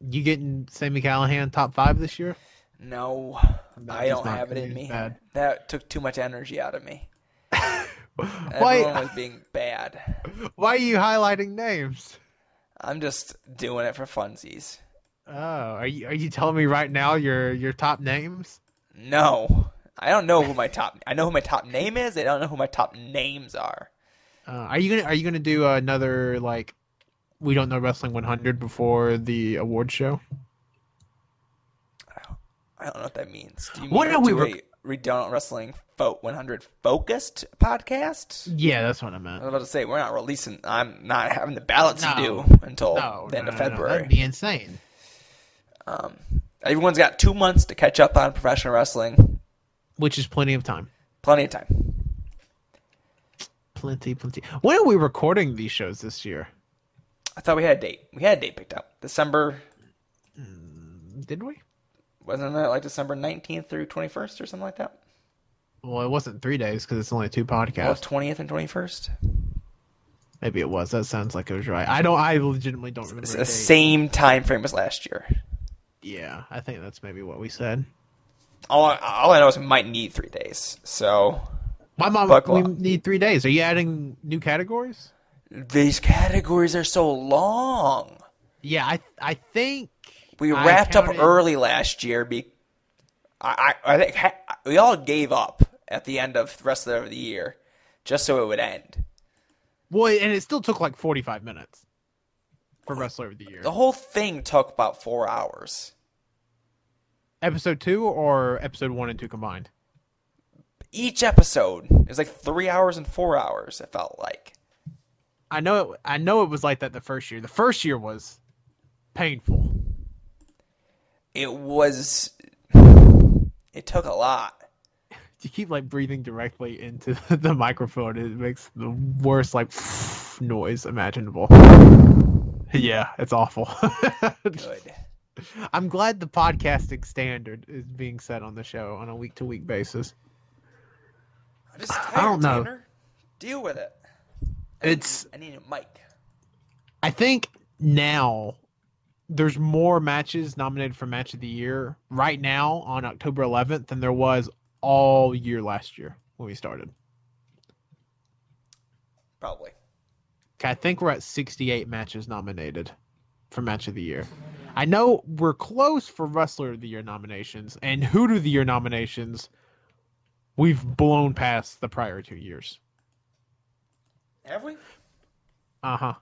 Speaker 6: You getting Sammy Callahan top five this year?
Speaker 5: No,
Speaker 6: That
Speaker 5: I
Speaker 6: does
Speaker 5: don't
Speaker 6: not
Speaker 5: have it in me.
Speaker 6: compute bad.
Speaker 5: That took too much energy out of me. Everyone
Speaker 6: Why?
Speaker 5: was being bad.
Speaker 6: Why are you highlighting names?
Speaker 5: I'm just doing it for funsies.
Speaker 6: Oh, are you are you telling me right now your your top names?
Speaker 5: No, I don't know who my top. I know who my top name is. I don't know who my top names are.
Speaker 6: Uh, are you gonna are you gonna do another like we don't know wrestling 100 before the award show?
Speaker 5: I don't know what that means. Do you mean
Speaker 6: What are we
Speaker 5: do
Speaker 6: rec-
Speaker 5: a redundant wrestling fo- 100 focused podcast?
Speaker 6: Yeah, that's what I
Speaker 5: I
Speaker 6: meant.
Speaker 5: was about to say we're not releasing. I'm not having the ballots
Speaker 6: No.
Speaker 5: to do until
Speaker 6: No,
Speaker 5: Oh, the end
Speaker 6: no,
Speaker 5: of
Speaker 6: no, no,
Speaker 5: February.
Speaker 6: that'd be insane.
Speaker 5: Everyone's got two months to catch up on professional wrestling.
Speaker 6: Which is plenty of time.
Speaker 5: Plenty of time.
Speaker 6: Plenty, plenty. When are we recording these shows this year?
Speaker 5: I thought we had a date. We had a date picked out. December
Speaker 6: Did we?
Speaker 5: wasn't that like December nineteenth through twenty first or something like that?
Speaker 6: Well, it wasn't three days because it's only two
Speaker 5: Well,
Speaker 6: podcasts.
Speaker 5: twentieth and twenty first.
Speaker 6: Maybe it was. That sounds like it was right. I don't. I legitimately don't remember.
Speaker 5: It's
Speaker 6: the
Speaker 5: the
Speaker 6: date.
Speaker 5: same time frame as last year.
Speaker 6: Yeah, I think that's maybe what we said.
Speaker 5: All I, all I know is we might need three days. So
Speaker 6: My mom.
Speaker 5: Buckle
Speaker 6: we
Speaker 5: up.
Speaker 6: need three days. Are you adding new categories?
Speaker 5: these categories are so long.
Speaker 6: Yeah, I I think
Speaker 5: We
Speaker 6: I
Speaker 5: wrapped
Speaker 6: counted-
Speaker 5: up early last year. Be, I, I, I think ha, we all gave up at the end of the rest of the year, just so it would end.
Speaker 6: Well, and it still took like forty five minutes for Wrestler of the Year.
Speaker 5: The whole thing took about four hours.
Speaker 6: Episode two or episode one and two combined.
Speaker 5: Each episode is like three hours and four hours. It felt like
Speaker 6: I know it. I know it was like that the first year. The first year was painful.
Speaker 5: It was. It took a lot.
Speaker 6: You keep like breathing directly into the microphone. It makes the worst like noise imaginable. Yeah, it's awful.
Speaker 5: Good.
Speaker 6: I'm glad the podcasting standard is being set on the show on a week to week basis.
Speaker 5: I'm just tired,
Speaker 6: don't know.
Speaker 5: Tanner. Deal with it.
Speaker 6: It's
Speaker 5: I need a mic.
Speaker 6: I think now there's more matches nominated for match of the year right now on October 11th than there was all year last year when we started.
Speaker 5: Probably.
Speaker 6: Okay, I think we're at 68 matches nominated for match of the year. I know we're close for wrestler of the year nominations and hoot of the year nominations. We've blown past the prior two years.
Speaker 5: Have we?
Speaker 6: Uh huh.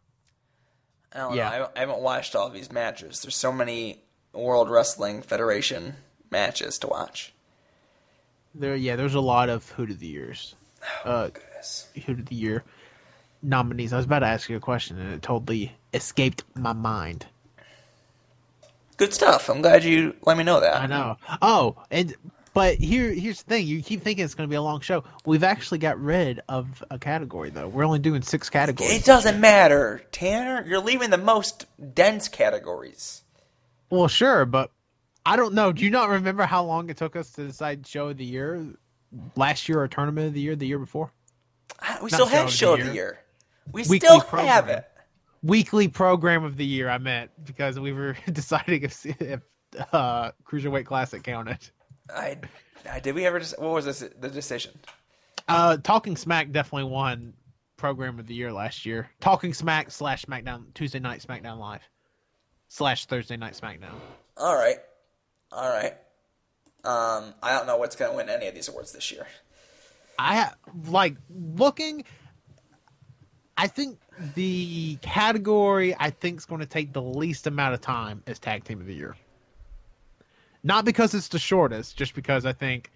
Speaker 5: I don't
Speaker 6: Yeah.
Speaker 5: know. I, I haven't watched all these matches. There's so many World Wrestling Federation matches to watch.
Speaker 6: There, yeah. There's a lot of hoot of the years. Uh,
Speaker 5: Goodness.
Speaker 6: Hoot of the Year nominees. I was about to ask you a question, and it totally escaped my mind.
Speaker 5: Good stuff. I'm glad you let me know that.
Speaker 6: I know. Oh, and but here, here's the thing: you keep thinking it's going to be a long show. We've actually got rid of a category, though. We're only doing six
Speaker 5: It
Speaker 6: categories.
Speaker 5: doesn't matter, Tanner. You're leaving the most dense categories.
Speaker 6: Well, sure, but I don't know. Do you not remember how long it took us to decide show of the year last year, or tournament of the year, the year before?
Speaker 5: Ah, We still have show
Speaker 6: show
Speaker 5: of
Speaker 6: of the
Speaker 5: the year. We
Speaker 6: Weekly
Speaker 5: still have
Speaker 6: program.
Speaker 5: it.
Speaker 6: Weekly program of the year, I meant, because we were deciding if, if uh, Cruiserweight Classic counted.
Speaker 5: I, I did we ever? Just, what was this, the decision?
Speaker 6: Uh, Talking Smack definitely won program of the year last year. Talking Smack slash SmackDown Tuesday Night SmackDown Live slash Thursday Night SmackDown.
Speaker 5: All right, all right. Um, I don't know what's gonna win any of these awards this year.
Speaker 6: I ha- like looking. I think the category I think is going to take the least amount of time is Tag Team of the Year. Not because it's the shortest, just because I think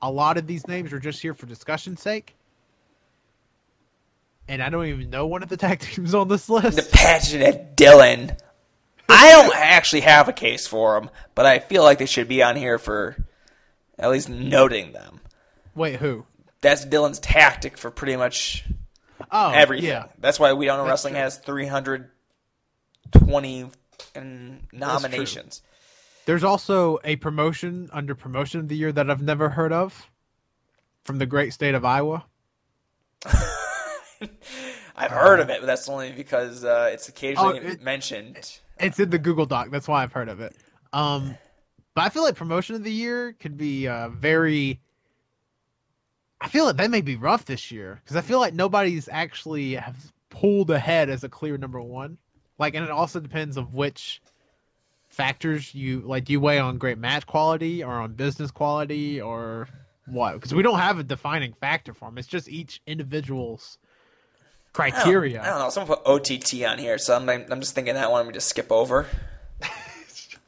Speaker 6: a lot of these names are just here for discussion's sake. And I don't even know one of the tag teams on this list.
Speaker 5: The passionate Dylan. I don't actually have a case for him, but I feel like they should be on here for at least noting them.
Speaker 6: Wait, who?
Speaker 5: That's Dylan's tactic for pretty much
Speaker 6: Oh,
Speaker 5: everything.
Speaker 6: Yeah,
Speaker 5: That's why We Don't Know Wrestling has 320 and nominations.
Speaker 6: there's also a promotion under promotion of the year that I've never heard of from the great state of Iowa.
Speaker 5: I've heard of it, but that's only because uh, it's occasionally
Speaker 6: Uh, Oh, it-
Speaker 5: mentioned.
Speaker 6: It's in the Google Doc. That's why I've heard of it. Um, but I feel like promotion of the year could be uh, very. I feel like that may be rough this year because I feel like nobody's actually have pulled ahead as a clear number one. Like, and it also depends of which factors you like. Do you weigh on great match quality or on business quality or what? Because we don't have a defining factor for them. It's just each individual's
Speaker 5: I don't,
Speaker 6: criteria.
Speaker 5: I don't know. Someone put OTT on here, so I'm, I'm just thinking that one we just skip over.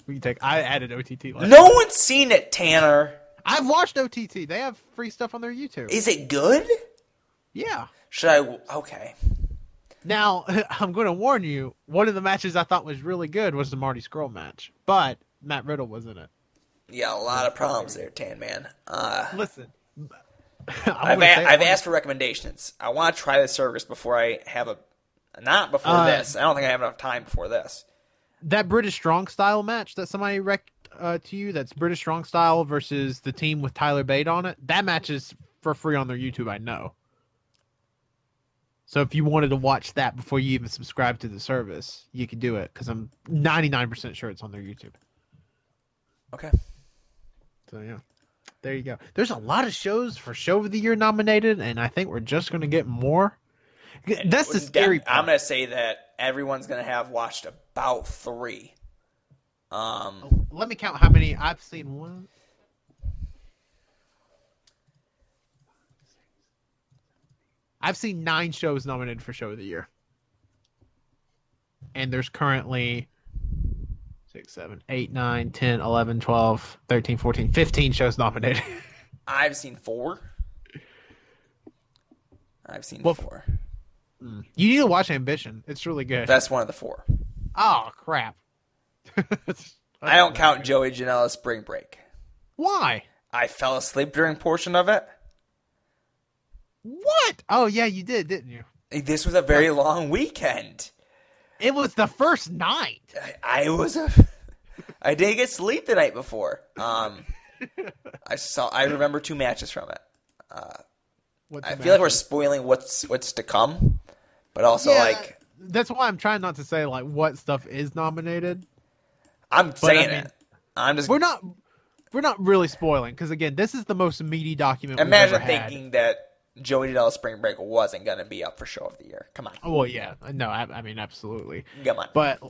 Speaker 6: We can take. I added OTT. Last
Speaker 5: No one's seen it, Tanner.
Speaker 6: I've watched OTT. They have free stuff on their YouTube.
Speaker 5: Is it good?
Speaker 6: yeah.
Speaker 5: Should I? Okay.
Speaker 6: Now, I'm going to warn you. One of the matches I thought was really good was the Marty Scroll match, but Matt Riddle was in it.
Speaker 5: Yeah, a lot of problems there, Tan Man. Uh,
Speaker 6: Listen, I'm
Speaker 5: I've,
Speaker 6: gonna
Speaker 5: a-
Speaker 6: say it
Speaker 5: I've
Speaker 6: on-
Speaker 5: asked for recommendations. I want to try this service before I have a. Not before
Speaker 6: Uh,
Speaker 5: this. I don't think I have enough time before this.
Speaker 6: that British Strong Style match that somebody wrecked uh, to you. That's British Strong Style versus the team with Tyler Bate on it. That match is for free on their YouTube. I know. So if you wanted to watch that before you even subscribe to the service, you could do it because I'm 99% sure it's on their YouTube.
Speaker 5: Okay.
Speaker 6: So yeah, there you go. There's a lot of shows for show of the year nominated, and I think we're just gonna get more. G- That's the scary.
Speaker 5: Yeah, I'm
Speaker 6: part.
Speaker 5: gonna say that everyone's gonna have watched about three. Um,
Speaker 6: Let me count how many I've seen. One, I've seen nine shows nominated for show of the year, and there's currently six, seven, eight, nine, ten, eleven, twelve, thirteen, fourteen, fifteen shows nominated.
Speaker 5: I've seen four. I've seen
Speaker 6: Well,
Speaker 5: four.
Speaker 6: You need to watch Ambition. It's really good.
Speaker 5: That's one of the four.
Speaker 6: oh crap!
Speaker 5: I don't count Joey Janela's Spring Break.
Speaker 6: Why?
Speaker 5: I fell asleep during portion of it.
Speaker 6: What? Oh yeah, you did, didn't you?
Speaker 5: This was a very long weekend.
Speaker 6: It was the first night.
Speaker 5: I, I was a. I didn't get sleep the night before. Um, I saw. I remember two matches from it.
Speaker 6: What's
Speaker 5: I feel
Speaker 6: the
Speaker 5: like
Speaker 6: matter?
Speaker 5: we're spoiling what's what's to come, but also
Speaker 6: Yeah,
Speaker 5: like
Speaker 6: that's why I'm trying not to say like what stuff is nominated.
Speaker 5: I'm saying
Speaker 6: mean,
Speaker 5: it. I'm just
Speaker 6: We're not we're not really spoiling because again, this is the most meaty document. we've
Speaker 5: imagine
Speaker 6: ever had.
Speaker 5: thinking that Joey Janela's Spring Break wasn't gonna be up for Show of the Year. Come on,
Speaker 6: Well, yeah, no, I, I mean absolutely,
Speaker 5: come on.
Speaker 6: but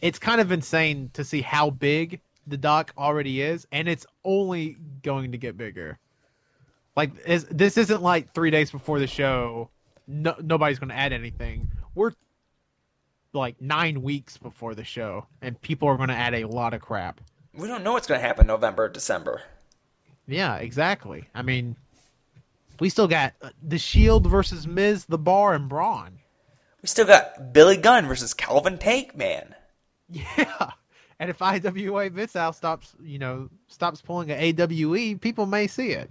Speaker 6: it's kind of insane to see how big the doc already is, and it's only going to get bigger. Like is, this isn't like three days before the show. No, nobody's going to add anything. We're like nine weeks before the show, and people are going to add a lot of crap.
Speaker 5: we don't know what's gonna happen November, December.
Speaker 6: Yeah, exactly. I mean, we still got uh, the Shield versus Miz, the Bar, and Braun.
Speaker 5: We still got Billy Gunn versus Calvin Tank Man.
Speaker 6: Yeah, and if IWA Missile stops, you know, stops pulling a AWE, people may see it.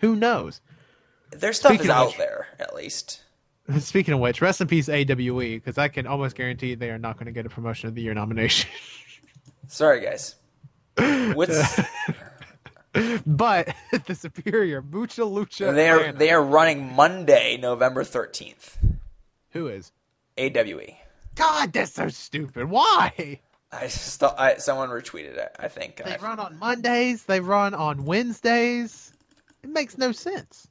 Speaker 6: Who knows?
Speaker 5: Their stuff
Speaker 6: Speaking
Speaker 5: is
Speaker 6: of
Speaker 5: out
Speaker 6: which-
Speaker 5: there, at least.
Speaker 6: Speaking of which, rest in peace AWE, because I can almost guarantee they are not going to get a promotion of the year nomination.
Speaker 5: Sorry, guys. What's
Speaker 6: but the Superior Mucha Lucha,
Speaker 5: they are
Speaker 6: Arena,
Speaker 5: they are running Monday, November thirteenth.
Speaker 6: who is?
Speaker 5: AWE.
Speaker 6: God, that's so stupid. Why?
Speaker 5: I just thought I, someone retweeted it. I think.
Speaker 6: They
Speaker 5: I-
Speaker 6: run on Mondays. They run on Wednesdays. It makes no sense.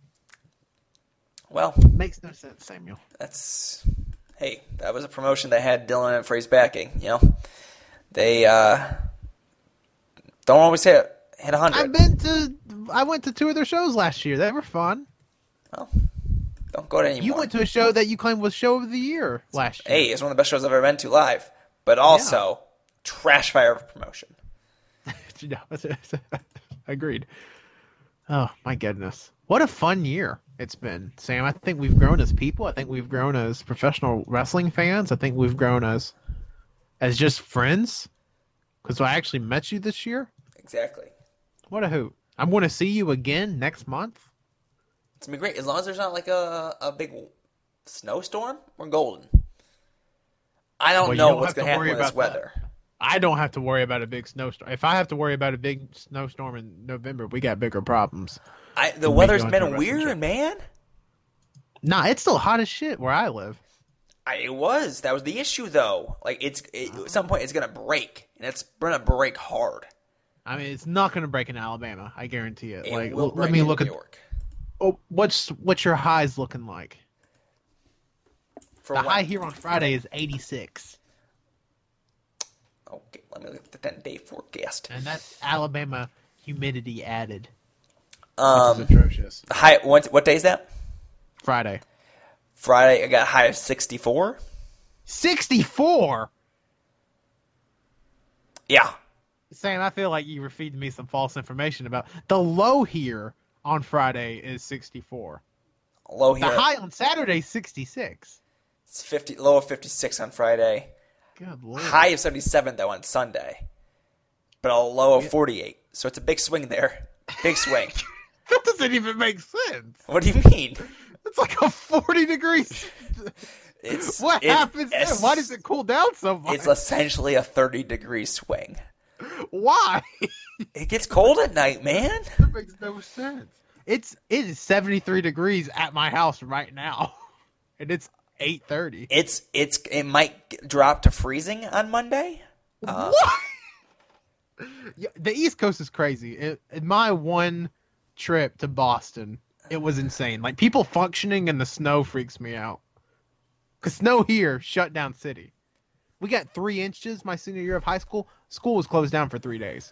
Speaker 5: well,
Speaker 6: Makes no sense, Samuel.
Speaker 5: that's hey, that was a promotion that had Dylan and Freeze backing. You know, they uh, don't always hit hit
Speaker 6: I've
Speaker 5: hundred.
Speaker 6: been to. I went to two of their shows last year. They were fun.
Speaker 5: Well, don't go to any.
Speaker 6: You
Speaker 5: more.
Speaker 6: went to a show that you claimed was show of the year last year.
Speaker 5: Hey, it's one of the best shows I've ever been to live, but also trash fire of promotion.
Speaker 6: You know, Agreed. Oh my goodness, what a fun year it's been, Sam. I think we've grown as people. I think we've grown as professional wrestling fans. I think we've grown as as just friends. Because I actually met you this year.
Speaker 5: Exactly.
Speaker 6: What a hoot! I'm going to see you again next month.
Speaker 5: It's gonna be great as long as there's not like a a big snowstorm. We're golden. I don't
Speaker 6: Well, you
Speaker 5: know
Speaker 6: don't
Speaker 5: what's
Speaker 6: have to
Speaker 5: gonna happen
Speaker 6: worry
Speaker 5: with this
Speaker 6: about that.
Speaker 5: weather.
Speaker 6: I don't have to worry about a big snowstorm. If I have to worry about a big snowstorm in November, we got bigger problems.
Speaker 5: I, the
Speaker 6: make
Speaker 5: weather's
Speaker 6: you
Speaker 5: been
Speaker 6: interesting,
Speaker 5: weird,
Speaker 6: Jeff.
Speaker 5: man.
Speaker 6: Nah, it's still hot as shit where I live.
Speaker 5: I, it was. That was the issue, though. Like it's it, at some point it's gonna break, and it's gonna break hard.
Speaker 6: I mean, it's not going to break in Alabama. I guarantee it.
Speaker 5: It
Speaker 6: like,
Speaker 5: will
Speaker 6: l- let
Speaker 5: break
Speaker 6: me
Speaker 5: in
Speaker 6: look
Speaker 5: New
Speaker 6: at
Speaker 5: York.
Speaker 6: oh, what's what's your highs looking like?
Speaker 5: For
Speaker 6: The
Speaker 5: what?
Speaker 6: high here on Friday is 86,
Speaker 5: Oh, Okay, let me look at the ten day forecast.
Speaker 6: and that's Alabama humidity added.
Speaker 5: Um,
Speaker 6: atrocious.
Speaker 5: high. What, what day is that?
Speaker 6: Friday,
Speaker 5: Friday. I got a high of sixty four.
Speaker 6: 64.
Speaker 5: Yeah,
Speaker 6: Sam, I feel like you were feeding me some false information about the low here on Friday is 64.
Speaker 5: low
Speaker 6: The
Speaker 5: here.
Speaker 6: high on Saturday is 66.
Speaker 5: It's fifty. Low of fifty six on Friday.
Speaker 6: Good lord.
Speaker 5: Mm-hmm. High of seventy seven though on Sunday, but a low of forty eight. So it's a big swing there. Big swing.
Speaker 6: That doesn't even make sense.
Speaker 5: what do you mean?
Speaker 6: It's like a 40 degrees.
Speaker 5: It's
Speaker 6: What
Speaker 5: it's-
Speaker 6: happens there?
Speaker 5: it's-
Speaker 6: Why does it cool down so much?
Speaker 5: It's essentially a 30 degree swing.
Speaker 6: Why?
Speaker 5: It gets cold at night, man.
Speaker 6: that makes no sense. It's it is 73 degrees at my house right now. And it's 8:30.
Speaker 5: It's it's it might g- drop to freezing on Monday.
Speaker 6: what? Yeah, the East Coast is crazy. It, in my one trip to Boston, it was insane. Like people functioning in the snow freaks me out. Cause snow here shut down city. We got three inches my senior year of high school. School was closed down for three days.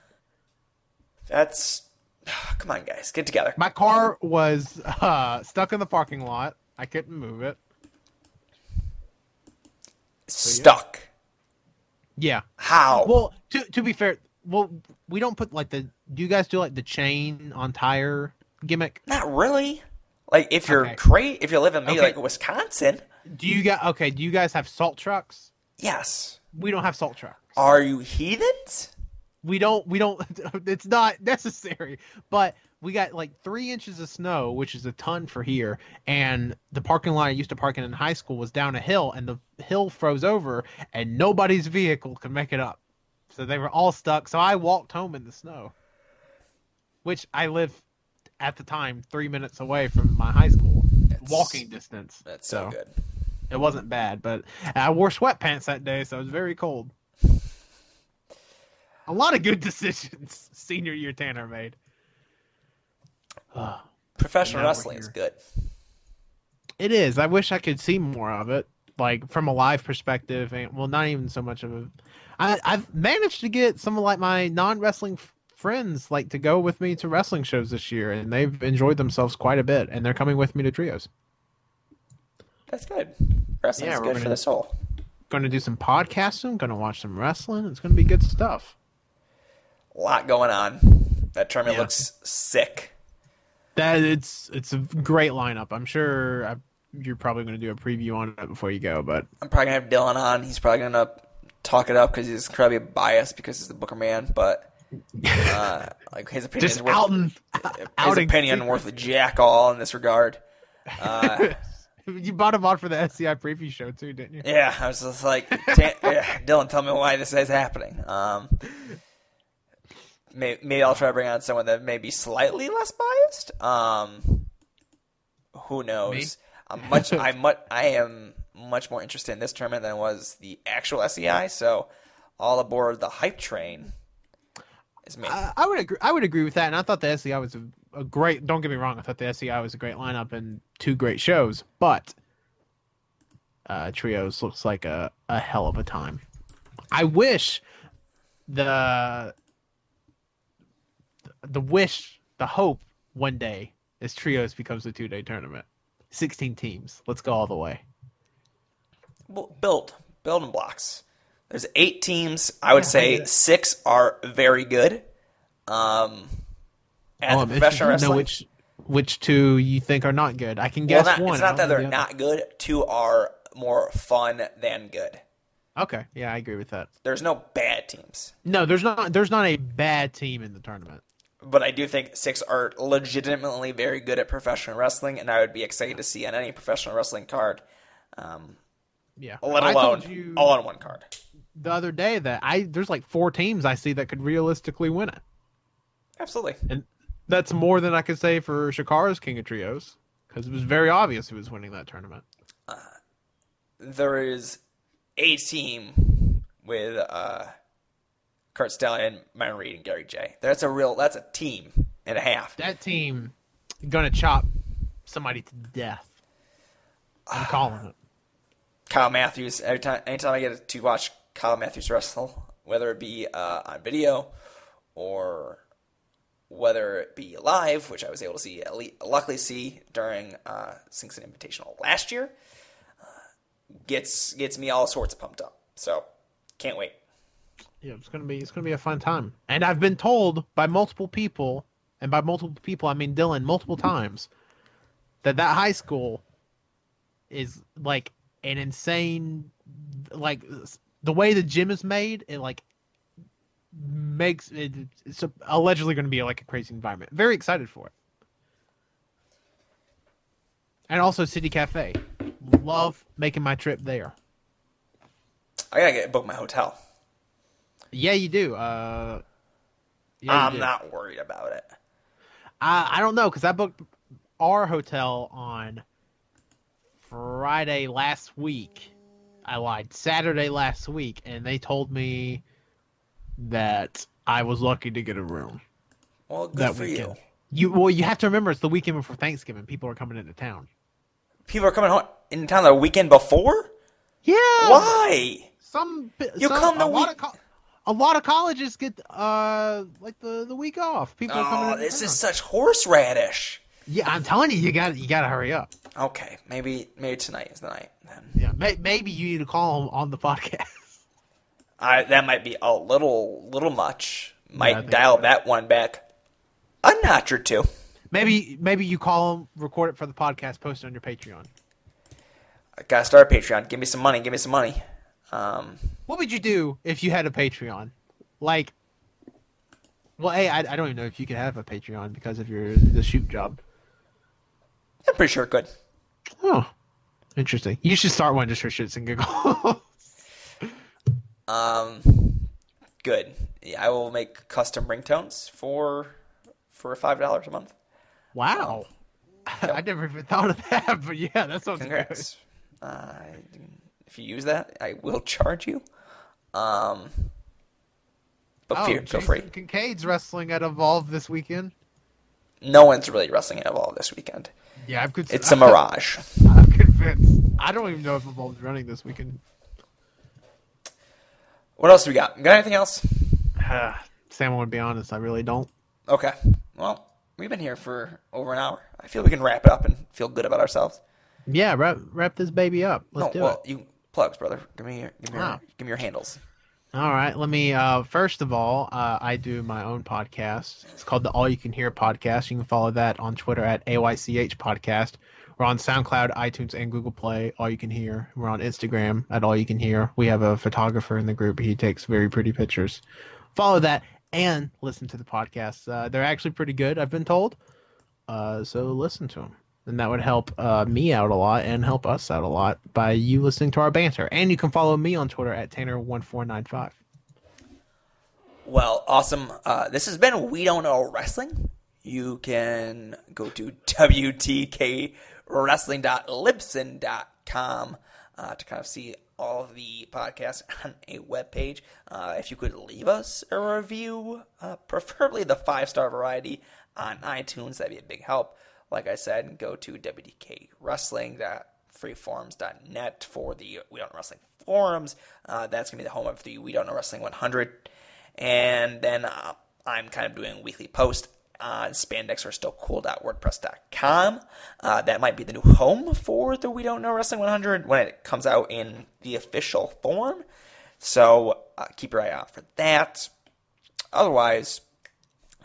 Speaker 5: That's come on, guys, get together.
Speaker 6: My car was uh, stuck in the parking lot. I couldn't move it.
Speaker 5: Stuck.
Speaker 6: Yeah.
Speaker 5: How?
Speaker 6: Well, to to be fair, well, we don't put like the. Do you guys do like the chain on tire gimmick?
Speaker 5: Not really. Like if you're
Speaker 6: Okay.
Speaker 5: great, if you live in maybe
Speaker 6: Okay.
Speaker 5: like Wisconsin,
Speaker 6: Do you got okay? Do you guys have salt trucks?
Speaker 5: yes.
Speaker 6: We don't have salt trucks.
Speaker 5: Are you heathens?
Speaker 6: We don't. We don't. It's not necessary. But we got like three inches of snow, which is a ton for here. And the parking lot I used to park in in high school was down a hill, and the hill froze over, and nobody's vehicle could make it up. So they were all stuck. So I walked home in the snow, which I live at the time three minutes away from my high school, walking distance.
Speaker 5: That's so good.
Speaker 6: It wasn't bad, but I wore sweatpants that day, so it was very cold. A lot of good decisions senior year Tanner made.
Speaker 5: Professional
Speaker 6: Now we're
Speaker 5: wrestling is
Speaker 6: here.
Speaker 5: good.
Speaker 6: It is. I wish I could see more of it, like from a live perspective, and well, not even so much of a. I, I've managed to get some of like my non wrestling f- friends like to go with me to wrestling shows this year, and they've enjoyed themselves quite a bit, and they're coming with me to trios.
Speaker 5: That's good. Wrestling
Speaker 6: Yeah,
Speaker 5: is
Speaker 6: we're
Speaker 5: good
Speaker 6: gonna-
Speaker 5: for the soul.
Speaker 6: Going to do some podcasting. Going to watch some wrestling. It's going to be good stuff.
Speaker 5: A lot going on. That tournament
Speaker 6: Yeah.
Speaker 5: looks sick.
Speaker 6: That it's it's a great lineup. I'm sure I, you're probably going to do a preview on it before you go, but
Speaker 5: I'm probably gonna have Dylan on. He's probably gonna talk it up because he's probably biased because he's the Booker man, but uh, like his opinion
Speaker 6: just
Speaker 5: is worth
Speaker 6: out and
Speaker 5: his
Speaker 6: outing
Speaker 5: opinion worth a jack all in this regard.
Speaker 6: you bought him on for the SCI preview show too, didn't you?
Speaker 5: Yeah, I was just like, "Ta- yeah, Dylan, tell me why this is happening. Um, may- maybe I'll try to bring on someone that may be slightly less biased. Um, who knows? I'm much, I much, I am much more interested in this tournament than I was the actual SEI. So, all aboard the hype train is me.
Speaker 6: I, I would agree. I would agree with that, and I thought the SCI was a, a great. Don't get me wrong. I thought the SCI was a great lineup and two great shows, but uh, trios looks like a, a hell of a time. I wish the the wish, the hope, one day is trios becomes a two day tournament, sixteen teams. Let's go all the way.
Speaker 5: Bu- build building blocks. There's eight teams. I would say six are very good. Um, at
Speaker 6: Oh,
Speaker 5: the
Speaker 6: I'm
Speaker 5: professional
Speaker 6: interested to know
Speaker 5: wrestling,
Speaker 6: which which two you think are not good. I can
Speaker 5: well,
Speaker 6: guess
Speaker 5: not,
Speaker 6: one.
Speaker 5: it's
Speaker 6: I
Speaker 5: not that
Speaker 6: don't know
Speaker 5: they're
Speaker 6: the other.
Speaker 5: not good. Two are more fun than good.
Speaker 6: Okay, yeah, I agree with that.
Speaker 5: There's no bad teams,
Speaker 6: No, there's not. There's not a bad team in the tournament.
Speaker 5: but I do think six are legitimately very good at professional wrestling, and I would be excited to see on any professional wrestling card, um,
Speaker 6: Yeah,
Speaker 5: let
Speaker 6: I
Speaker 5: alone
Speaker 6: told you
Speaker 5: all on one card.
Speaker 6: the other day that I there's like four teams I see that could realistically win it,
Speaker 5: Absolutely.
Speaker 6: and that's more than I could say for Shakara's King of Trios because it was very obvious who was winning that tournament.
Speaker 5: there is a team with uh, Kurt Stallion, Myron Reed, and Gary J. That's a real. That's a team and a half.
Speaker 6: That team gonna chop somebody to death. I'm calling it.
Speaker 5: Kyle Matthews. Every time, anytime I get to watch Kyle Matthews wrestle, whether it be uh, on video or whether it be live, which I was able to see, at least, luckily see during uh, Sinks and Invitational last year, uh, gets gets me all sorts of pumped up. So can't wait.
Speaker 6: Yeah, it's gonna be it's gonna be a fun time. And I've been told by multiple people, and by multiple people I mean Dylan, multiple times, that that high school is like an insane, like s- the way the gym is made. It like makes it, it's allegedly going to be like a crazy environment. Very excited for it. And also City Cafe. Love making my trip there.
Speaker 5: I gotta get book my hotel.
Speaker 6: Yeah, you do. Uh, yeah, you
Speaker 5: I'm
Speaker 6: do.
Speaker 5: not worried about it.
Speaker 6: I, I don't know because I booked our hotel on Friday last week. I lied. Saturday last week, and they told me that I was lucky to get a room
Speaker 5: Well, good
Speaker 6: that
Speaker 5: for
Speaker 6: weekend.
Speaker 5: you.
Speaker 6: You. well, you have to remember it's the weekend before Thanksgiving. People are coming into town.
Speaker 5: People are coming home in town the weekend before.
Speaker 6: Yeah.
Speaker 5: Why?
Speaker 6: Some
Speaker 5: You
Speaker 6: some-
Speaker 5: come the
Speaker 6: a lot
Speaker 5: week-
Speaker 6: of co- a lot of colleges get uh like the the week off. People are coming.
Speaker 5: Oh,
Speaker 6: into
Speaker 5: this
Speaker 6: town.
Speaker 5: is such horseradish.
Speaker 6: yeah. I'm telling you, you got you got to hurry up.
Speaker 5: Okay, maybe maybe tonight is the night. Then
Speaker 6: Yeah, may, maybe you need to call 'em on the podcast.
Speaker 5: I that might be a little little much.
Speaker 6: I
Speaker 5: Might
Speaker 6: think
Speaker 5: dial that one back a notch or two.
Speaker 6: Maybe maybe you call them, record it for the podcast, post it on your Patreon.
Speaker 5: I gotta start a Patreon. Give me some money. Give me some money. Um,
Speaker 6: What would you do if you had a Patreon? Like, well, hey, I, I don't even know if you could have a Patreon because of your the shoot job.
Speaker 5: I'm pretty sure it could.
Speaker 6: Oh, interesting. You should start one just for shits and giggles.
Speaker 5: Um, good. Yeah, I will make custom ringtones for for five dollars a month.
Speaker 6: wow. I never even thought of that, but yeah, that sounds good.
Speaker 5: Congrats. Uh, if you use that, I will charge you. Um, but
Speaker 6: Oh,
Speaker 5: fear, feel
Speaker 6: Jason
Speaker 5: free.
Speaker 6: Kincaid's wrestling at Evolve this weekend.
Speaker 5: No one's really wrestling at all this weekend.
Speaker 6: Yeah, I'm convinced.
Speaker 5: It's a mirage.
Speaker 6: I'm convinced. I don't even know if Evolve's running this weekend.
Speaker 5: What else do we got? Got anything else?
Speaker 6: Sam, I want to be honest. I really don't.
Speaker 5: Okay. Well, we've been here for over an hour. I feel we can wrap it up and feel good about ourselves.
Speaker 6: Yeah, wrap wrap this baby up. Let's
Speaker 5: no,
Speaker 6: do
Speaker 5: well,
Speaker 6: it.
Speaker 5: you plugs, brother. Give me your, give me your,
Speaker 6: Ah.
Speaker 5: give me your handles.
Speaker 6: All right, let me. Uh, first of all, uh, I do my own podcast. It's called the All You Can Hear podcast. You can follow that on Twitter at AYCH podcast. We're on SoundCloud, iTunes, and Google Play. All You Can Hear. We're on Instagram at All You Can Hear. We have a photographer in the group. He takes very pretty pictures. Follow that and listen to the podcasts. Uh, they're actually pretty good, I've been told. Uh, so listen to them. And that would help uh, me out a lot and help us out a lot by you listening to our banter. And you can follow me on Twitter at Tanner1495.
Speaker 5: Well, awesome. Uh, this has been We Don't Know Wrestling. You can go to WTKWrestling.libsen.com uh, to kind of see all of the podcasts on a webpage. Uh, if you could leave us a review, uh, preferably the five star variety on iTunes, that'd be a big help. Like I said, go to WDKWrestling.freeforums.net for the We Don't Know Wrestling forums. Uh, that's going to be the home of the We Don't Know Wrestling 100 and then uh, I'm kind of doing weekly posts on spandex are still cool.wordpress.com. Uh, that might be the new home for the We Don't Know Wrestling 100 when it comes out in the official form. So uh, keep your eye out for that. Otherwise,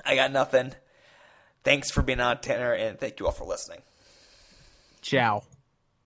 Speaker 5: I got nothing. Thanks for being on, Tanner, and thank you all for listening.
Speaker 6: Ciao.